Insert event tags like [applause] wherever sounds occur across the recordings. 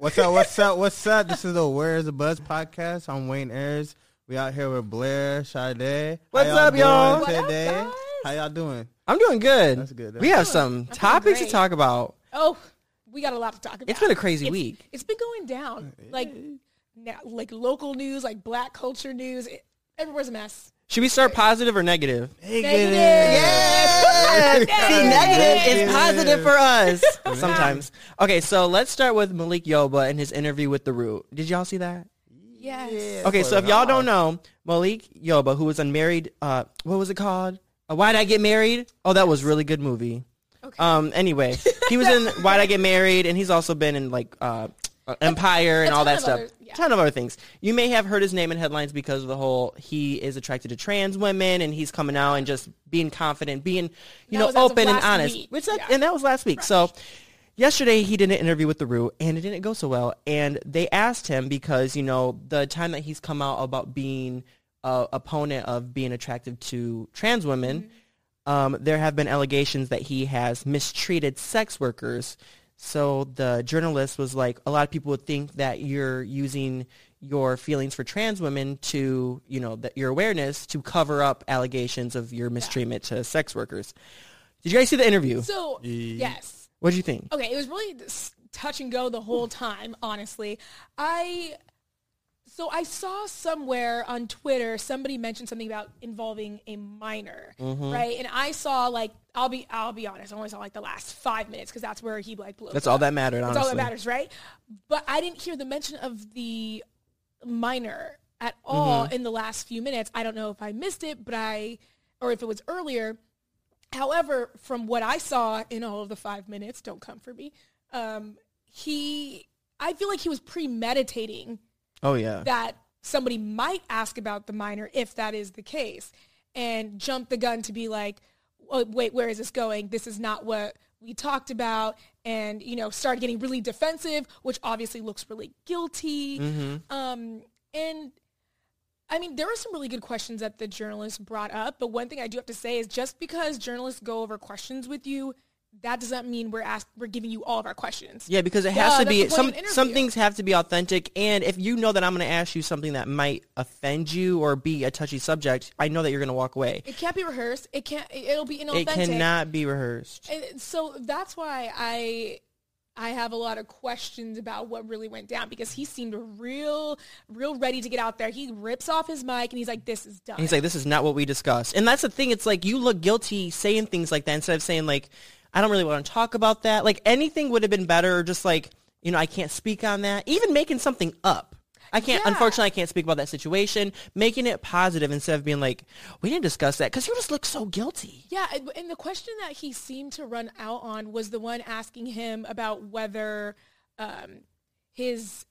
What's up? What's up? What's up? This is the Where's the Buzz podcast. I'm Wayne Ayers. We out here with Blair, Sade. What's up, doing y'all? What up, Today? guys? How y'all doing? I'm doing good. That's good. we have some topics to great. talk about. Oh, we got a lot to talk about. It's been a crazy It's- week. It's been going down. Like now, like local news, like black culture news. It, everywhere's a mess. Should we start positive [laughs] or negative? Negative. [laughs] [laughs] See, negative is positive for us [laughs] sometimes. Okay, so let's start with Malik Yoba and his interview with The Root. Did y'all see that? Yes. Okay, so if y'all don't know, Malik Yoba, who was unmarried, uh, what was it called? Uh, Why'd I Get Married? Oh, that was a really good movie. Okay. Um, anyway, he was [laughs] in Why'd I Get Married, and he's also been in like uh, Empire and a all ton that of stuff. other- yeah. Ton of other things. You may have heard his name in headlines because of the whole he is attracted to trans women, and he's coming out and just being confident, being you That know was as of open and last honest. week. Which that, Yeah. and that was last week. So yesterday he did an interview with The Roo, and it didn't go so well. And they asked him because you know the time that he's come out about being a opponent of being attractive to trans women um, there have been allegations that he has mistreated sex workers. So the journalist was like, a lot of people would think that you're using your feelings for trans women to, you know, that your awareness to cover up allegations of your mistreatment to sex workers. Did you guys see the interview? So yes. What did you think? Okay, it was really s- touch and go the whole [laughs] time, honestly. I so I saw somewhere on Twitter somebody mentioned something about involving a minor, Mm-hmm. right? And I saw like I'll be I'll be honest, I only saw like the last 5 minutes cuz that's where he like blew. That's all that mattered, That's honestly. all that matters, right? But I didn't hear the mention of the minor at all in the last few minutes. I don't know if I missed it, but I or if it was earlier. However, from what I saw in all of the five minutes, don't come for me. Um, he, I feel like he was premeditating Oh, yeah. that somebody might ask about the minor if that is the case and jump the gun to be like oh, wait where is this going this is not what we talked about and you know start getting really defensive which obviously looks really guilty Mm-hmm. um, and I mean, there were some really good questions that the journalist brought up, but one thing I do have to say is just because journalists go over questions with you, that doesn't mean we're ask- we're giving you all of our questions. Yeah, because it Yeah, has to that's be the point some of an some interview. things have to be authentic and if you know that I'm going to ask you something that might offend you or be a touchy subject, I know that you're going to walk away. It can't be rehearsed. It can't. It'll be It inauthentic. cannot be rehearsed. And so that's why I I have a lot of questions about what really went down because he seemed real real ready to get out there. He rips off his mic and he's like, "This is done." And he's like, this is not what we discussed. And that's the thing. It's like you look guilty saying things like that instead of saying like, I don't really want to talk about that. Like anything would have been better. Or just like, you know, I can't speak on that. Even making something up. I can't, Yeah. unfortunately, I can't speak about that situation. Making it positive instead of being like, we didn't discuss that. Because you just look so guilty. yeah, and- and the question that he seemed to run out on was the one asking him about whether um, his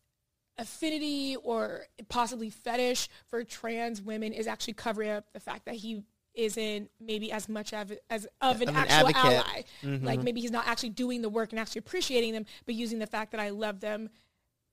affinity or possibly fetish for trans women is actually covering up the fact that he isn't maybe as much of as of an Of an actual advocate. Mm-hmm. ally. Like maybe he's not actually doing the work and actually appreciating them, but using the fact that I love them,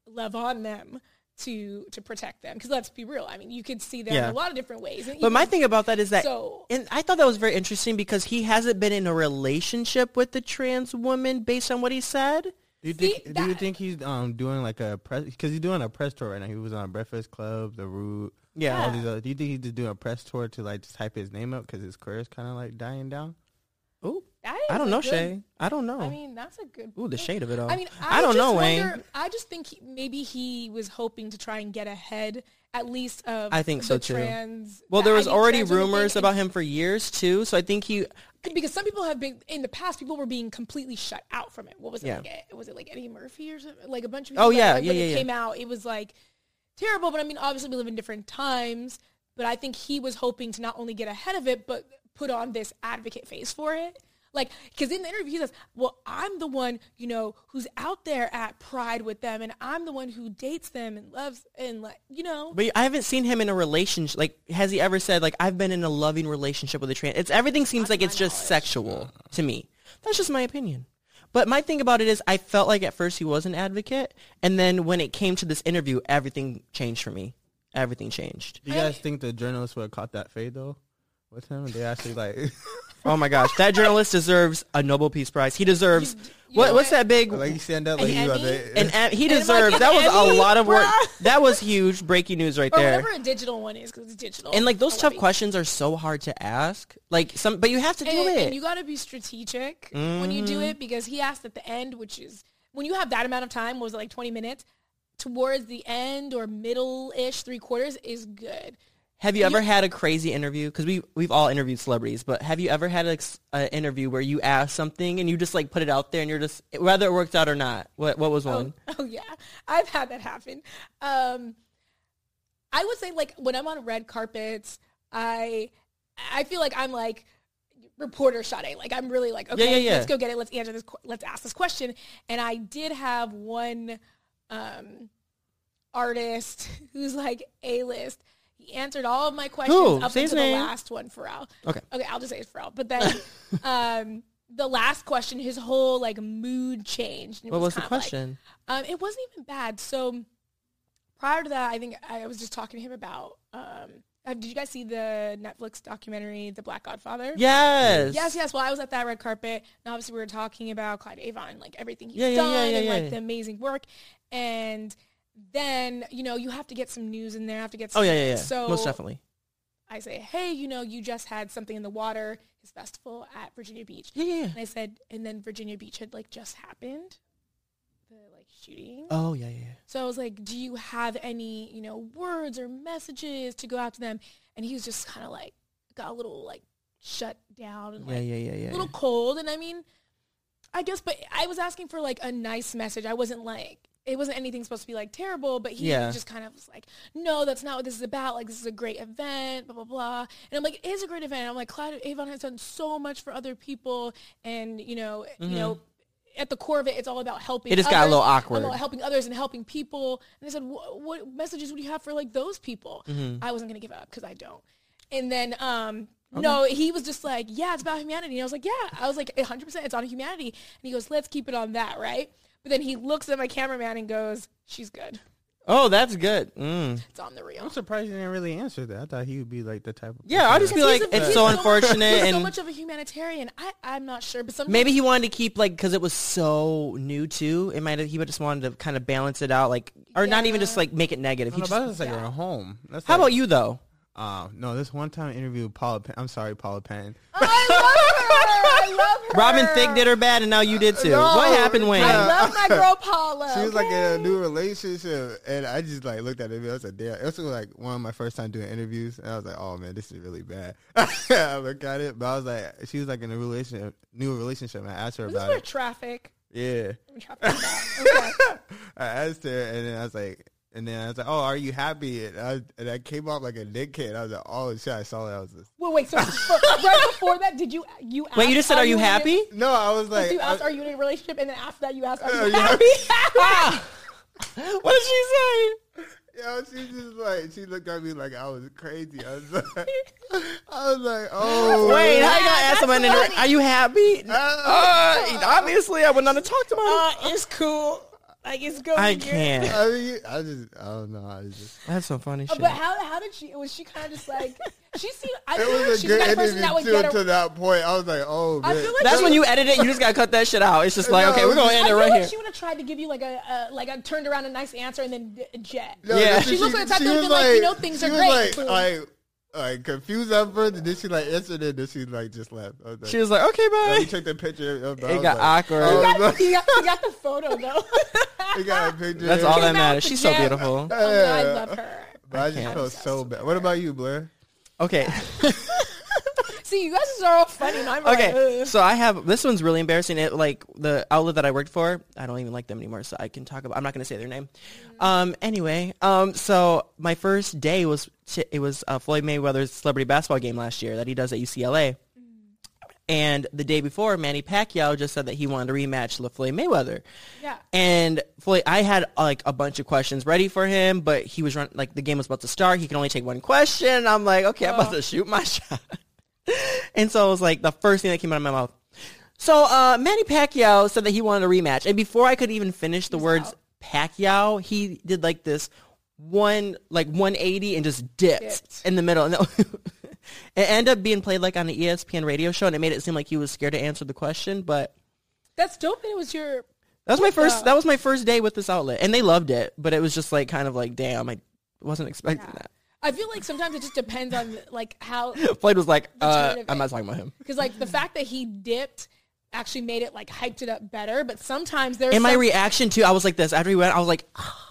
love on them to to protect them. Because let's be real, I mean, you could see them Yeah. in a lot of different ways. And But my even- thing about that is that, So- and I thought that was very interesting because he hasn't been in a relationship with the trans woman based on what he said. Do you think? See, do you that- think he's um doing like a press? Because he's doing a press tour right now. He was on Breakfast Club, The Root. Yeah. All these other, do you think he's just doing a press tour to like just type his name up because his career is kind of like dying down? Ooh, That I is don't a know, good- Shay. I don't know. I mean, that's a good. Ooh, the point. shade of it all. I mean, I I, don't just know, wonder, Wayne. I just think he, maybe he was hoping to try and get ahead, at least of. I think the so, too. Trans. Well, there I was think already trans women rumors think- about him for years too, so I think he. because some people have been in the past. People were being completely shut out from it. What was it? Yeah. Like, eh, was it like Eddie Murphy or something? Like a bunch of people. Oh, like, yeah, like, yeah, when yeah, it yeah. came out, it was like terrible. But I mean, obviously, we live in different times. But I think he was hoping to not only get ahead of it, but put on this advocate face for it. Like, because in the interview he says, "Well, I'm the one, you know, who's out there at Pride with them, and I'm the one who dates them and loves and like, you know." But I haven't seen him in a relationship. Like, has he ever said like I've been in a loving relationship with a trans? It's everything seems like it's just sexual to me. That's just my opinion. But my thing about it is, I felt like at first he was an advocate, and then when it came to this interview, everything changed for me. Everything changed. Do you guys think the journalist would have caught that fade though? What's him? They actually like [laughs] Oh my gosh, that journalist deserves a Nobel Peace Prize. He deserves you what, know what's what? that big? like you stand up An like you about Emmy? to. And he And like deserves an that was a Emmy, lot of work. bruh. That was huge breaking news right or there. whatever a digital one is because it's digital. And like those I love tough you. questions are so hard to ask. Like some, but you have to do and, it. Mm. and you got to be strategic when you do it because he asked at the end, which is when you have that amount of time, what was it like 20 minutes? Towards the end or middle-ish, three quarters is good. have you ever had a crazy interview? Because we we've all interviewed celebrities, but have you ever had an interview where you asked something and you just like put it out there and you're just whether it worked out or not? What what was one? [laughs] Oh, oh, yeah, I've had that happen. Um, I would say like when I'm on red carpets, I I feel like I'm like reporter shotting. Like I'm really like okay, yeah, yeah. let's go get it. Let's answer this. que- Let's ask this question. And I did have one um, artist [laughs] who's like a list. He answered all of my questions Who? up Say his until the name. last one, Pharrell. Okay. Okay, I'll just say it's Pharrell. [laughs] But then um, the last question, his whole like mood changed. and it What was the kinda like- question? um, it wasn't even bad. So prior to that, I think I was just talking to him about. Um, uh, did you guys see the Netflix documentary, The Black Godfather? yes. Yes, yes. Well, I was at that red carpet, and obviously we were talking about Clyde Avon, like everything he's Yeah, yeah, done, yeah, yeah, and like yeah. the amazing work. And then you know you have to get some news in there. Have to get some Oh yeah, yeah, yeah. So Most definitely. I say, hey, you know, you just had something in the water, his festival at Virginia Beach, Yeah, yeah. yeah. and I said, and then Virginia Beach had like just happened, the like shooting. Oh yeah, yeah. yeah. So I was like, do you have any, you know, words or messages to go out to them? And he was just kind of like, got a little like shut down and Yeah, like yeah, yeah, yeah. a little yeah. cold. And I mean, I guess, but I was asking for like a nice message. I wasn't like, it wasn't anything supposed to be like terrible, but he Yeah. just kind of was like, no, that's not what this is about. Like, this is a great event, blah, blah, blah. And I'm like, it is a great event. I'm like, Clyde Avon has done so much for other people. And, you know, you Mm-hmm. know, at the core of it, it's all about helping. It just got a others. little I'm awkward. all helping others and helping people. And I said, "Wh- what messages would you have for like those people? Mm-hmm. I wasn't going to give up because I don't. And then, um, no, he was just like, yeah, it's about humanity. And I was like, yeah, I was like, 100% it's on humanity. And he goes, let's keep it on that, right? But then he looks at my cameraman and goes, she's good. Oh, that's good. Mm. It's on the I'm reel. surprised you didn't really answer that. I thought he would be like the type of Yeah, I'll just person be like, He's a- it's he's so much- unfortunate, he's so and much of a humanitarian. I, I'm not sure, but sometimes [laughs] maybe he wanted to keep like because it was so new too. It might have he just wanted to kind of balance it out, like or not even Yeah. just like make it negative. I He don't just, know, but that's like yeah. our home. That's how like- about you though? Uh, no, this one time interview with Paula. Pen- I'm sorry, Paula Penn. Oh, I love her. I love her. Robin Thicke did her bad, and now you did too. No, what happened when? I love my girl Paula. Oh, [laughs] She was like okay? in a new relationship, and I just like looked at it. and I was like, "Damn!" It was like one of my first time doing interviews, and I was like, "Oh man, this is really bad." [laughs] I look at it, but I was like, she was like in a relationship, new relationship. And I asked her This is about where it. traffic. Yeah, I'm traffic. [laughs] Okay. I asked her, and then I was like, and then I was like, "Oh, are you happy?" And I and I came off like a dickhead. I was like, "Oh shit!" I saw that. I was just, Well, wait. So for- right before that, did you you? Wait, you asked, just said, "Are you in a- happy?" no, I was like, So you asked, I- Uh, "Are you in a relationship?" And then after that, you asked, "Are Are you you happy?" [laughs] Ah! what did she say? Yo, she just like she looked at me like I was crazy. I was like, I was like, oh Wait, how you Yeah, gonna ask that's someone? in a- funny. Are you happy? Uh, Uh, obviously, I would not have talked to my. Uh, it's cool. Like it's good. I can't. I mean, I just, I don't know. I was just, That's some funny Uh, shit. But how how did she? Was she kind of just like she seemed? I it feel like was a she's good that person interview that would too. get. To A, that point, I was like, oh, I man. feel like That's she- when you edit it. You just gotta cut that shit out. It's just like, No, okay, we're gonna I I end it feel Oh, right like here. she would have tried to give you like a, a like a turned around a nice answer and then d- jet. No, Yeah. that's She what looks like the type that would be like, you know, things she are was great, Like, boom. like, like confused at first, and then she like answered it, and then she like just left. I was like, She was like, okay, let me bye. take the picture. It It got awkward. Oh, You [laughs] no. got, you got, you got the photo [laughs] though. It got a picture. That's all Came that out matters. the She's so jet. beautiful. Oh, no, I love her. But I, just can't. felt so bad. What about you, Blair? Okay. See, you guys are all funny. and I'm Like, Okay, Ugh. so I have this one's really embarrassing. It like the outlet that I worked for, I don't even like them anymore, so I can talk about. I'm not going to say their name. Um, anyway, um, so my first day was t- it was uh, Floyd Mayweather's celebrity basketball game last year that he does at UCLA, and the day before, Manny Pacquiao just said that he wanted to rematch with Floyd Mayweather. Yeah. And Floyd, I had like a bunch of questions ready for him, but he was run like the game was about to start. He can only take one question. I'm like, okay, I'm about Oh. to shoot my [laughs] shot. and so it was like the first thing that came out of my mouth. So uh, Manny Pacquiao said that he wanted a rematch, and before I could even finish the words out. Pacquiao, he did like this one like 180 and just dipped, Dipped. in the middle. [laughs] And that- It ended up being played like on the E ESPN radio show, and it made it seem like he was scared to answer the question. But That's dope. And it was your that was my first. the- That was my first day with this outlet, and they loved it. But it was just like kind of like, damn, I wasn't expecting I feel like sometimes it just depends on like how that. Floyd was like, turn uh, of I'm it. not talking about him. because like the fact that he dipped actually made it like hyped it up better. But sometimes there's And my some- reaction too, I was like this after he went. I was like,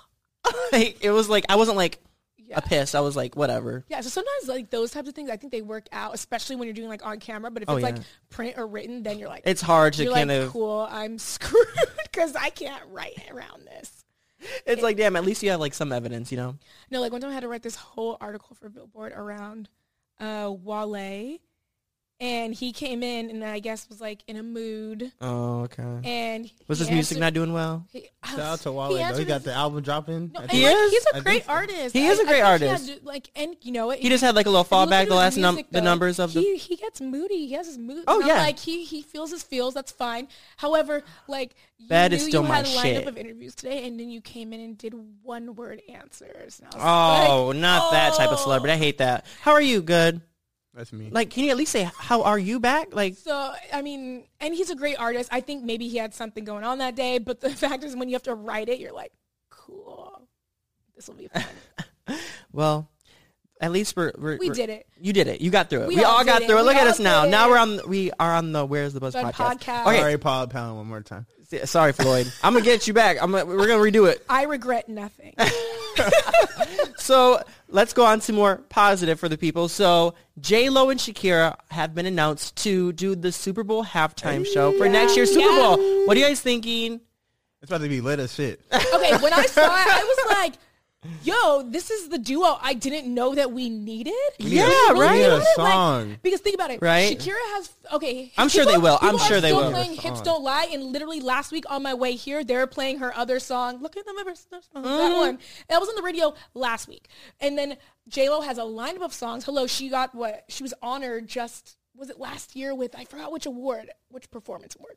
[sighs] like, it was like I wasn't like Yeah. a piss. I was like, whatever. yeah. So sometimes like those types of things, I think they work out, especially when you're doing like on camera. But if Oh, it's like yeah. print or written, then you're like It's hard to you're kind like of. cool. I'm [laughs] screwed because I can't write around this. It's like, damn. At least you have like some evidence, you know. No, like one time I had to write this whole article for Billboard around uh, Wale, and he came in and I guess was like in a mood. Oh, okay. And Was he his music answered- not doing well? He, Shout out to Wale. though. He answered got his- the album dropping. No, I and, think- He like, is? he's I a think great so. artist. He is I- a great I think he artist. had to, like, and you know, He just had like a little fallback. The last num- number, the numbers of the he, he gets moody. He has his mood. Oh, and I'm yeah. like he he feels his feels. That's fine. However, like you That knew is still you my had a lineup shit. of interviews today, and then you came in and did one word answers. And I was Oh, like, not that type of oh. celebrity. I hate that. How are you? Good. That's me. Like, can you at least say how are you back? Like, So I mean, and he's a great artist. I think maybe he had something going on that day, but the [laughs] fact is, when you have to write it, you're like, cool, this will be fun. well, at least we're, we're We we're- did it. You did it. You got through it. We We, all all, did got it. through it. We Look at all us now. did Now it. we're on. We are on the Where's the Buzz Bud podcast. podcast. Okay, Sorry, Paul Pound, one more time. S- sorry, Floyd. I'm gonna get you back. I'm gonna, we're gonna redo it. I regret nothing. So let's go on to more positive for the people. So J Lo and Shakira have been announced to do the Super Bowl halftime show for next year's Super Bowl. What are you guys thinking? It's about to be lit as shit. okay, when I saw it, I was like, yo, this is the duo I didn't know that we needed. Yeah, We really right? We need a needed, like- song. because think about it, Right? Shakira has okay. I'm sure they will. I'm people are sure they still will. Playing Song. hips don't lie, and literally last week on my way here, they were playing her other song. Look at them ever since- Mm-hmm. that one. That was on the radio last week, and then J Lo has a lineup of songs. Hello, she got what she was honored just was it last year with I forgot which award, which performance award,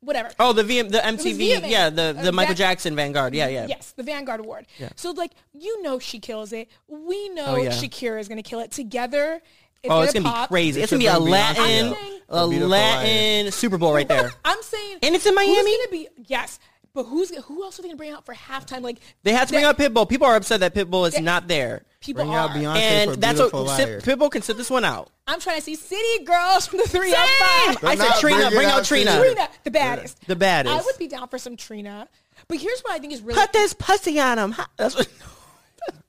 whatever. Oh, the VM, the MTV, VMAs. yeah, the, Uh, the Michael that- Jackson Vanguard, yeah, yeah. Yes, the Vanguard Award. So like you know she kills it. We know Oh, yeah. Shakira is gonna kill it together. Oh, it's gonna pop. be crazy. They It's gonna be should a bring Beyonce Latin, out. a A beautiful Latin Super Bowl [laughs] right there. I'm saying, And it's in Miami? Who's gonna be yes? But who's who else are they gonna bring out for halftime? Like They had to bring that out Pitbull. People are upset that Pitbull is That- not there, people Bring are. out Beyonce for and that's what Beautiful sit- Liar. Pitbull can sit this one out. I'm trying to see city girls from the three out Same! five. I said not Trina, bringing bring out out Trina. Trina, the baddest. The baddest. I would be down for some Trina. But here's what I think is really Put this pussy on him. Ha- That's what.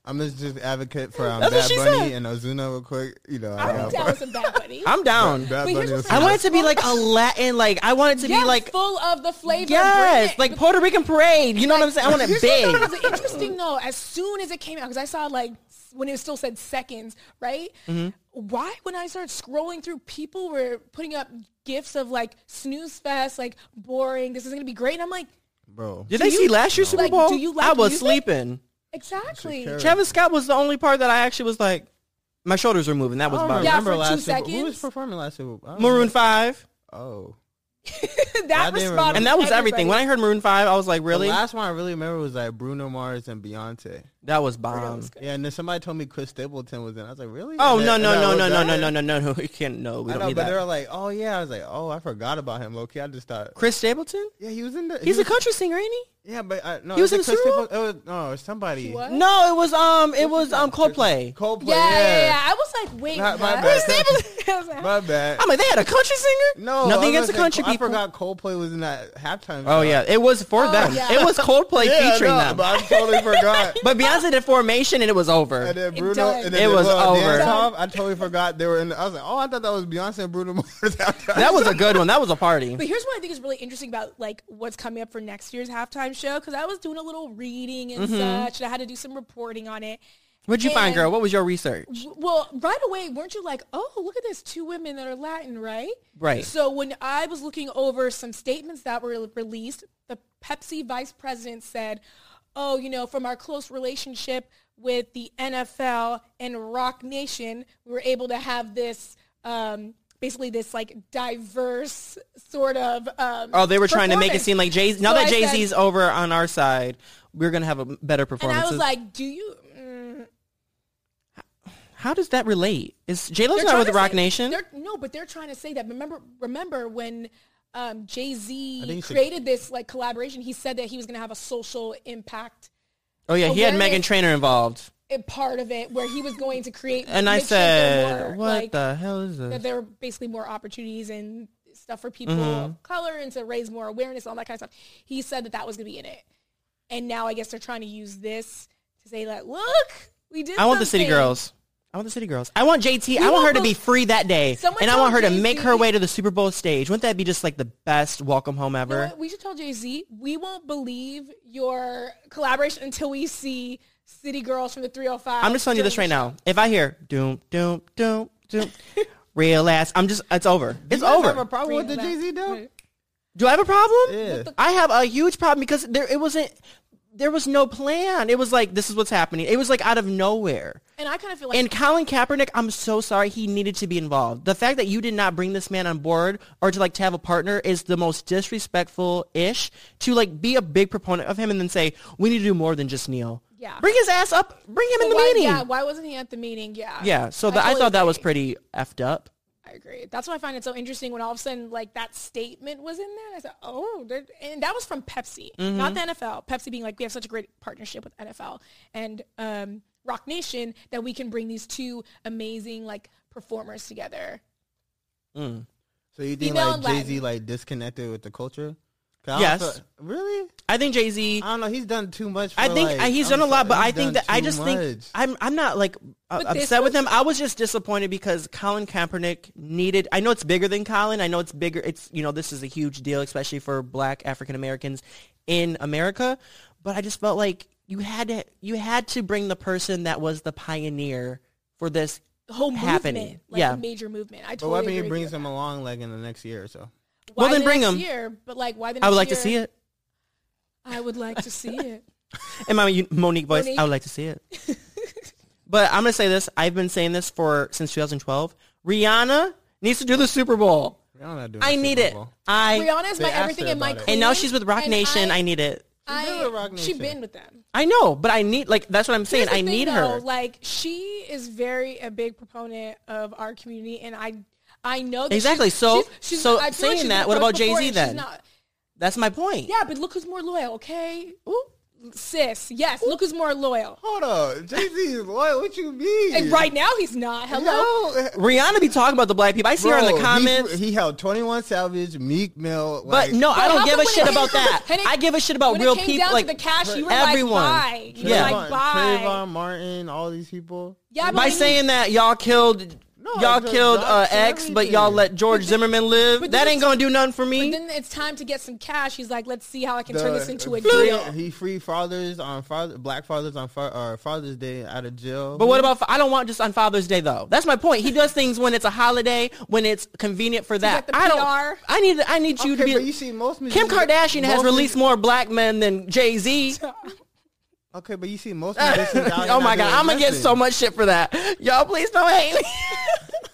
I'm just just advocate for um, That's what Bad she Bunny said. and Ozuna real quick. You know, I I'm got down with some bad bunny. I'm down. [laughs] Bad But here's Bunny what was I want it to be like a Latin. Like I want it to yes, be like full of the flavor. Bring yes, it. like Puerto Rican parade. You know what I'm saying? I [laughs] want it Here's what I thought big. was interesting though. As soon as it came out, because I saw like s- when it still said seconds, right? Mm-hmm. Why, when I started scrolling through, people were putting up gifts of like snooze fest, like boring. This is gonna be great. And I'm like, bro. Did they you- see last year's Super like, Bowl? do you like I was music? sleeping. exactly. Shakira. Travis Scott was the only part that I actually was like, my shoulders were moving. That was I about don't it. Oh, Yeah, remember for two last Super Bowl. Who seconds. was performing last Super Bowl? I don't Maroon remember. Five, Oh. [laughs] that didn't responded, remember. and that was everything. When I heard Maroon Five, I was like, The really? last one I really remember was like Bruno Mars and Beyonce. That was bomb. Yeah, and then somebody told me Chris Stapleton was in. I was like, really? Oh And no then- no and I no looked no no at no it. no no no [laughs] no! Can't no, we I don't know, need but they were that. like, oh yeah. I was like, oh, I forgot about him, Loki. I just thought, Chris Stapleton? yeah, he was in the. he He's a was- country singer, ain't he? Yeah, but I, no, He was it in the Chris Super Bowl? Stapleton. It was, no, it was somebody. What? No, it was um, it was um Coldplay. Coldplay. yeah, yeah, yeah, yeah. I was like, wait, Not my what? bad. [laughs] [laughs] I was like, My bad. I'm like, they had a country singer? no, I was nothing against the gonna say, country I people. forgot Coldplay was in that halftime. show. Oh yeah, it was for Oh, them. yeah. It was [laughs] Coldplay Yeah, featuring no, them. But I totally forgot. [laughs] But Beyonce did Formation and it was And over. then It Bruno, done. and then It they was blew out over. Dance Off. I totally forgot they were in. The, I was like, oh, I thought that was Beyonce and Bruno [laughs] Mars. That was a good one. That was a party. But here's what I think is really interesting about like what's coming up for next year's halftime show because I was doing a little reading and Mm-hmm. such, and I had to do some reporting on it. What'd you find, and- girl? What was your research? W- Well, right away, weren't you like, oh, look at this, two women that are Latin, right? Right. So when I was looking over some statements that were released, the Pepsi vice president said, oh, you know, from our close relationship with the NFL and Rock Nation, we were able to have this. Um, Basically, this like diverse sort of. Um, Oh, they were trying to make performance. it seem like Jay. Now So I that said- Jay Z's over on our side, we're gonna have a better and performance. I was like, do you? Mm, How does that relate? Is J Lo's They're not trying with to the Rock say- Nation? they're- No, but they're trying to say that. Remember, remember when um, Jay I think Z he said- created this like collaboration? He said that he was going to have a social impact Oh yeah, he had Awareness- Megan Trainor involved, in part of it, where he was going to create. and I make sure there said, were, "What like, the hell is That this?" there were basically more opportunities and stuff for people Mm-hmm. of color and to raise more awareness and all that kind of stuff. He said that that was going to be in it, and now I guess they're trying to use this to say that look, we did. I want the city something." girls. I want the city girls. I want JT. I We want, want her to the- be free that day, Someone and I tell want her to make her JC. way to the Super Bowl stage. Wouldn't that be just like the best welcome home You know ever? what? We should tell Jay Z we won't believe your collaboration until we see City Girls from the 305. I'm just telling you this right during now. If I hear doom doom doom doom, real ass, I'm just it's over. It's You guys Have a over. problem with the the Jay Z deal? Do I have a problem? Yeah. I have a huge problem because there it wasn't there was no plan. It was like this is what's happening. It was like out of nowhere. And I kind of feel like And Colin Kaepernick, I'm so sorry he needed to be involved. The fact that you did not bring this man on board or to like to have a partner is the most disrespectful ish to like be a big proponent of him and then say we need to do more than just kneel. Yeah. Bring his ass up. Bring him in the why, meeting. Yeah, why wasn't he at the meeting? Yeah. Yeah, so the, I, totally thought that was agree. pretty effed up. I agree. That's why I find it so interesting when all of a sudden like that statement was in there. I said, oh, they're- and that was from Pepsi, Mm-hmm. not the NFL. Pepsi being like, we have such a great partnership with NFL and um, Rock Nation that we can bring these two amazing like performers together. So you think Female like and Jay Latin. Z like disconnected with the culture? 'Cause I don't Yes. feel- really? I think Jay Z. I don't know. He's done too much. For, I think like- I- he's I'm done a lot, sorry, but I he's done think that I too just think much. I'm I'm not like uh, But this upset with was- him. I was just disappointed because Colin Kaepernick needed. I know it's bigger than Colin. I know it's bigger. It's you know this is a huge deal, especially for Black African Americans in America. But I just felt like you had to you had to bring the person that was the pioneer for this The whole happening. movement, like yeah, a major movement. I But totally what if agree he with brings you. him along like in the next year or so? Why Well, then the bring next him. Year, but like, why the next I would like to year? see it. I would like to see [laughs] it. And my Mon- Monique voice, Monique. I would like to see it. [laughs] but I'm gonna say this. I've been saying this for since 2012. Rihanna needs to do the Super Bowl. I'm not doing I the need Super it. Bowl. I Rihanna is They my asked everything her and my about it. queen. and now she's with Rock and Nation. I, I, need it. She's been I- with Rock Nation. She's been with them. I know, but I need like that's what I'm saying. Here's the I thing, need though, her. Like she is very a big proponent of our community, and I I know that Exactly, she's- so- she's, she's, so I feel like saying she's that, been what about approached before, Jay-Z and she's then? not- that's my point. Yeah, but look who's more loyal, okay? Ooh, sis, yes, look who's more loyal. Hold up, Jay Z is loyal. What you mean? And right now he's not. Hello. No. Rihanna be talking about the black people. I see her in Bro, the he- comments. He, held 21 Savage, Meek Mill. but like- no, I But don't how come give a when it shit came about down- that. when it- I give a shit about when real it came people, down like to the cash, you were everyone. like, bye. You Yeah. were like, bye. Trayvon Martin, all these people. Yeah, but By when you- saying that y'all killed. No, y'all the killed uh, docs and X, but y'all everything. [laughs] let George Zimmerman live. but That this- ain't gonna do nothing for but me. then it's time to get some cash. He's like, let's see how I can The- turn this into a free- deal. He freed fathers on father, black fathers on fa- uh, Father's Day out of jail. But what about? I don't want just on Father's Day though. That's my point. He does things when it's a holiday, when it's convenient for get that. the I don't. PR. I need. I need you okay, to but be. you see most Kim musicians- Kardashian has most- released more black men than [laughs] Jay Z. Okay, but you see most musicians. out here [laughs] oh my not god, doing I'm gonna get nothing. so much shit for that. Y'all, please don't hate me. [laughs]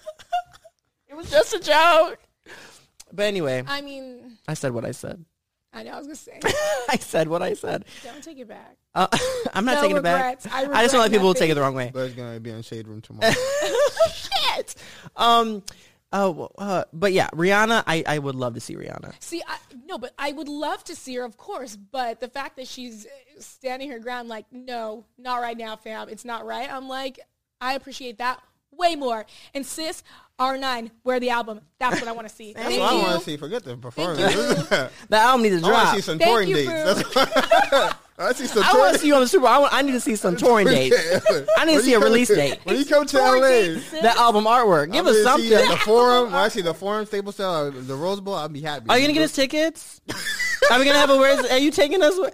it was just a joke. But anyway, I mean, I said what I said. [laughs] I know I was gonna say, I said what I said. don't take it back. Uh, [laughs] I'm not No taking regrets. it back. I just want regret to let people take nothing. it the wrong way. But it's gonna be on Shade Room [laughs] tomorrow. Shit. Um. Oh, uh, but yeah, Rihanna. I, I would love to see Rihanna. See, I, no, but I would love to see her, of course. But the fact that she's uh, standing her ground, like, no, not right now, fam. It's not right. I'm like, I appreciate that way more. And sis, R9, wear the album. That's what I want to see. [laughs] That's Thank what I you. want to see. Forget the performance. The album needs [laughs] to I want drop. to see some Thank touring you, dates. boo. That's I see some I touring want to see you on the Super Bowl. I, want, I need to [laughs] see some touring dates. I need to When see you a come release to- date. When you come to Four LA, dates, sis. That album artwork. Give I'm us gonna see you at something. [laughs] the forum. When I see the forum, Staples Center, uh, the Rose Bowl, I'll be happy. Are Oh, you gonna get us tickets? Are we gonna have a where's? Are you taking us, Wayne?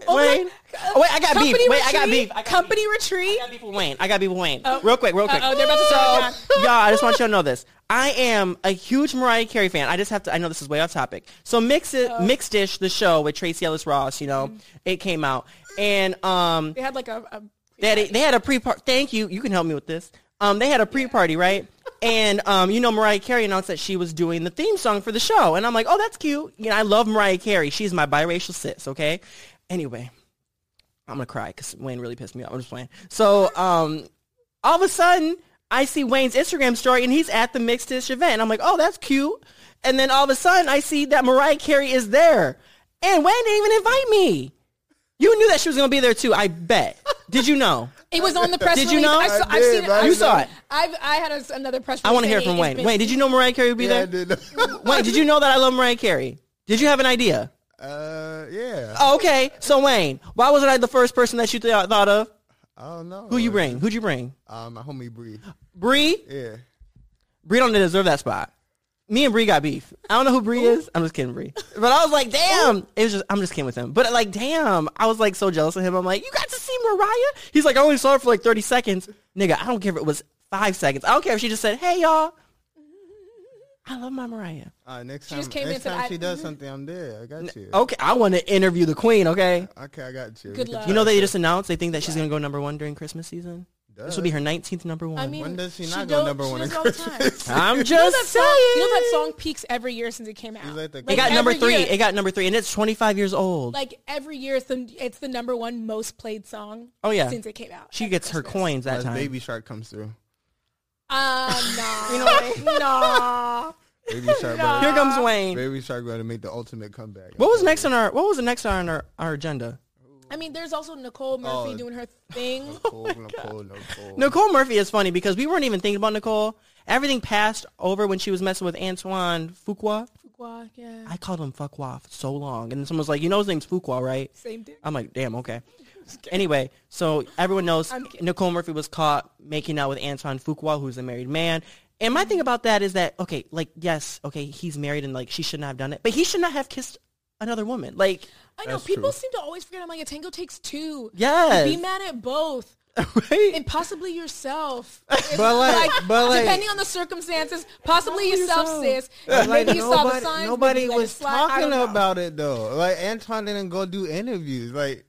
oh wait, I got beef. Company Wait, I got retreat? beef. I got Company beef. retreat. I got beef with Wayne. I got beef with Wayne. Oh. Real quick, real quick. Uh-oh, they're about to start So, [laughs] y'all, I just want you to know this. I am a huge Mariah Carey fan. I just have to. I know this is way off topic. So mix it, Oh. mixed dish the show with Tracy Ellis Ross. You know, Mm. it came out, and um, They had like a, a they had a, they had a pre-party. Thank you. You can help me with this. Um, they had a pre-party, right? And um, you know, Mariah Carey announced that she was doing the theme song for the show, and I'm like, oh, that's cute. You know, I love Mariah Carey. She's my biracial sis. Okay. Anyway, I'm gonna cry because Wayne really pissed me off. I'm just playing. So, um, all of a sudden, I see Wayne's Instagram story and he's at the mixed dish event. And I'm like, oh, that's cute. And then all of a sudden I see that Mariah Carey is there. And Wayne didn't even invite me. You knew that she was going to be there too, I bet. Did you know? It was on the press Did you release. know? I saw, I have did, seen it. but I I've You seen saw it. I've, I had a s another press release. I want to hear saying from it's Wayne. been- Wayne, did you know Mariah Carey would be Yeah, I there? did. know. Wayne, did you know that I love Mariah Carey? Did you have an idea? [laughs] uh, yeah. Oh, okay, so Wayne, why wasn't I the first person that you th- thought of? I don't know. Who you bring? Who'd you bring? Um, my homie Bree. Bree? Yeah. Bree don't deserve that spot. Me and Bree got beef. I don't know who Bree is. I'm just kidding, Bree. But I was like, damn. It was just I'm just kidding with him. But like, damn, I was like so jealous of him. I'm like, you got to see Mariah? He's like, I only saw her for like 30 seconds. Nigga, I don't care if it was five seconds. I don't care if she just said, hey y'all. I love my Mariah. Uh, next She time, just came in next and said, time I- she does something, I'm there. I got you. Okay, I want to interview the queen, okay? Okay, I got you. We Good can luck. try You know it. they just announced they think that she's gonna go number one during Christmas season. This will be her 19th number one. I mean, When does she she not go don't- number she one in does all the time. [laughs] Christmas? I'm You know just that song? saying. You know that song peaks every year since it came out. like the- It It got every number three. year- It got number three, and it's 25 years old. like every year, it's the, it's the number one most played song. Oh, yeah. since it came out. she every gets her Christmas. coins that Unless time. Baby Shark [laughs] comes through. [laughs] Uh, nah, nah. Baby Shark. better- Here comes Wayne. Baby Shark going to make the ultimate comeback. What was next on our What was the next on our, our agenda? I mean, there's also Nicole Murphy Oh. doing [laughs] her thing. Nicole, Nicole, Nicole. Nicole Murphy is funny because we weren't even thinking about Nicole. Everything passed over when she was messing with Antoine Fuqua. Fuqua, yeah, I called him Fuqua for so long, and then someone was like, "You know his name's Fuqua, right?" same thing. I'm like, "Damn, okay." Anyway, so everyone knows I'm kidding. Nicole Murphy was caught making out with Antoine Fuqua, who's a married man. And my thing about that is that okay, like yes, okay, he's married, and like she shouldn't have done it, but he should not have kissed another woman. Like [laughs] I know That's people true. seem to always forget. I'm like, a tango takes two. Yes. You be mad at both, right? and possibly [laughs] yourself. But like, but like, depending on the circumstances, possibly Possibly yourself, yourself. sis. but like, maybe you saw the nobody- signs. Nobody maybe you let it was slide, I talking don't know. about it though. Like Anton didn't go do interviews. Like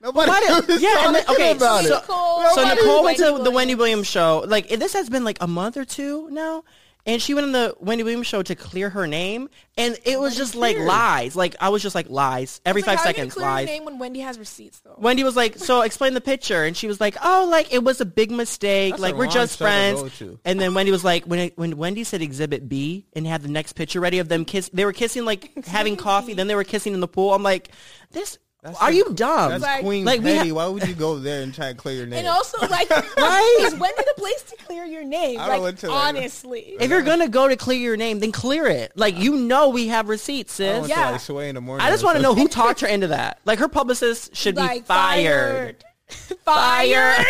nobody [laughs] Nobody- was yeah, and then- talking okay, about so- it. Nicole- so Wendy Nicole went to Williams. the Wendy Williams show. Like it- this has been like a month or two now, and she went on the Wendy Williams show to clear her name, and it was just like lies. Like I was just like lies every It's five like, how are you gonna seconds. clear your Lies. name when Wendy has receipts though. Wendy was like, "So explain the picture," and she was like, "Oh, like it was a big mistake. That's like a we're wrong just show to friends." go to. And then Wendy was like, "When it, when Wendy said Exhibit B and had the next picture ready of them kiss, they were kissing like having coffee. Then they were kissing in the pool. I'm like, this." are like- you dumb? That's Like- Queen like, we ha- Petty. Why would you go there and try to clear your name? And also, like, [laughs] Right? is Wendy the place to clear your name? I like, went to that. honestly, If you're gonna go to clear your name, then clear it. Like you know we have receipts, I sis. went yeah. to like Sway in the morning. I just want to know who talked her into that. Like her publicist should like be fired. fired. [laughs] Fired.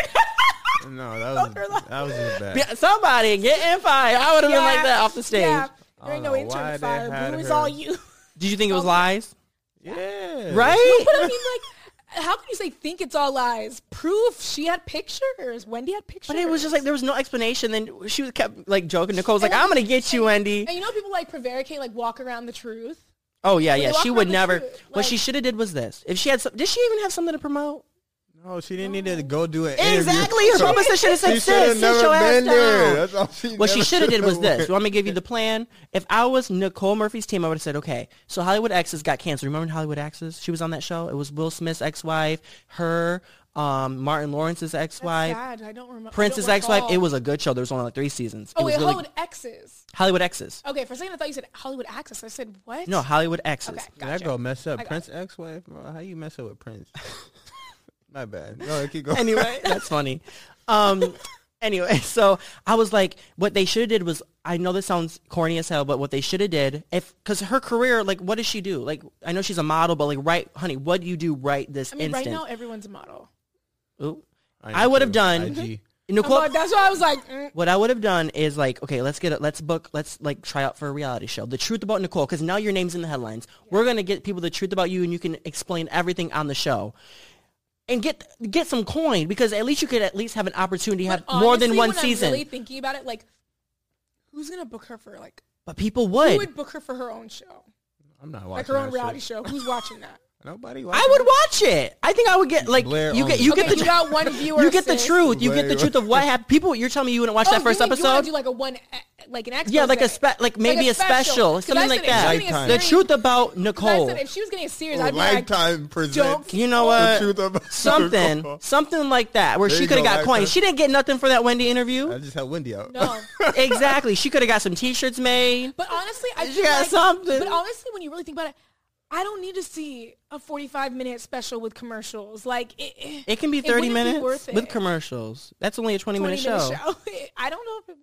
No, that was that was just bad. Yeah, Somebody getting fired. I would have been like that off the stage. Yeah. I There ain't don't no know intern why to they fire. had Boo, it's her. all you. Did you think it was lies? Yeah. Right? [laughs] But I mean, like, how can you say think it's all lies? Proof she had pictures. Wendy had pictures. But it was just like there was no explanation. Then she kept like joking. Nicole was like, "I'm gonna get you, Wendy." and you know, people like prevaricate, like walk around the truth. Oh yeah, yeah. they She walk would around the never. truth, What she like- should have did was this. If she had, some, did she even have something to promote? No, she didn't need to go do an Exactly. Her interview. publicist should have said, She should "Sis, have sit never your ass been there. down." That's all she What she never should [laughs] [laughs] have did was should've this. You want me to give you the plan? If I was Nicole Murphy's team, I would have said, okay, so Hollywood Exes got canceled. Remember Hollywood Exes? She was on that show. It was Will Smith's ex-wife, her, um, Martin Lawrence's ex-wife, God, I don't remember. Prince's ex-wife. It was a good show. There was only like three seasons. Oh it was wait, really Hollywood X's. Hollywood Exes. Okay, for a second I thought you said Hollywood Access. I said what? No, Hollywood Exes. Okay, That gotcha. girl messed up. got Prince ex-wife. Bro, how you mess up [laughs] with Prince? My bad. No, keep going. anyway, [laughs] that's funny. Um, anyway, [laughs] so I was like, what they should have did was, I know this sounds corny as hell, but what they should have did, if because her career, like, what does she do? Like, I know she's a model, but like, right, honey, what do you do right this I mean, instant? right now everyone's a model. Ooh. I would have do. done IG. Nicole. I'm like, that's why I was like, mm, what I would have done is like, okay, let's get, a, let's book, let's like try out for a reality show. The truth about Nicole, because now your name's in the headlines. We're gonna get people the truth about you, and you can explain everything on the show, and get get some coin because at least you could at least have an opportunity to have But more than honestly, one when season. I'm really thinking about it, like, who's gonna book her for like? but people Who would. would book her for her own show, I'm not watching like her own that reality shit. show? Who's watching that? Nobody. I would watch it. I think I would get like Blair you get only. you okay, get you the got one viewer. [laughs] you get the sis. truth. You get Blair the truth of what happened. People, you're telling me you wouldn't watch Oh, that first you mean You want episode. to do like a one eh, like an expose. Yeah, like a spe- like maybe a, special, 'Cause I something like said if she was that. getting a Lifetime. The series- truth about 'cause I Nicole. said if she was getting a series, Or I'd be like, lifetime presents. don't- You know the what? truth about something, Nicole. something like that, where There she you could have go, got coins. Lifetime. She didn't get nothing for that Wendy [laughs] [laughs] interview. I just helped Wendy out. [laughs] no. exactly. She could have got some T-shirts made. But honestly, I She feel got like- something. But honestly, when you really think about it, I don't need to see a forty-five minute special with commercials. Like it, it- It can be it thirty wouldn't be minutes worth it. with commercials. That's only a twenty-minute 20 minute show. [laughs] I don't know if it,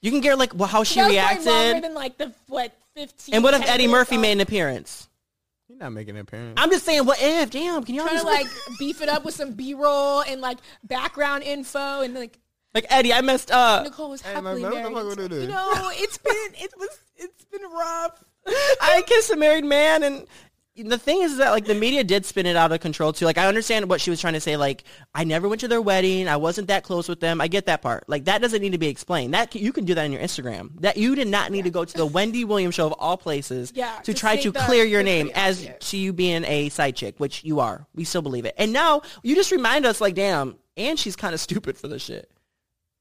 You can get like well, how she that was probably longer reacted, than like the what fifteen. and what if 10 Eddie minutes Murphy on- made an appearance? You're not making an appearance. I'm just saying, what if? Damn, can y'all trying just to like beef it up with some B-roll and like background info and like [laughs] like Eddie? I messed [laughs] up. Nicole was Hey, man, happily what the fuck married. we do you this? know, it's [laughs] been it was it's been rough. I kissed a married man, and the thing is that like the media did spin it out of control too. Like I understand what she was trying to say. Like I never went to their wedding. I wasn't that close with them. I get that part. Like that doesn't need to be explained. That you can do that on your Instagram. That you did not need to go to the Wendy Williams show of all places Yeah, to to try say to that clear your it's name pretty as obvious. to you being a side chick, which you are. We still believe it. And now you just remind us like, damn, and she's kind of stupid for this shit.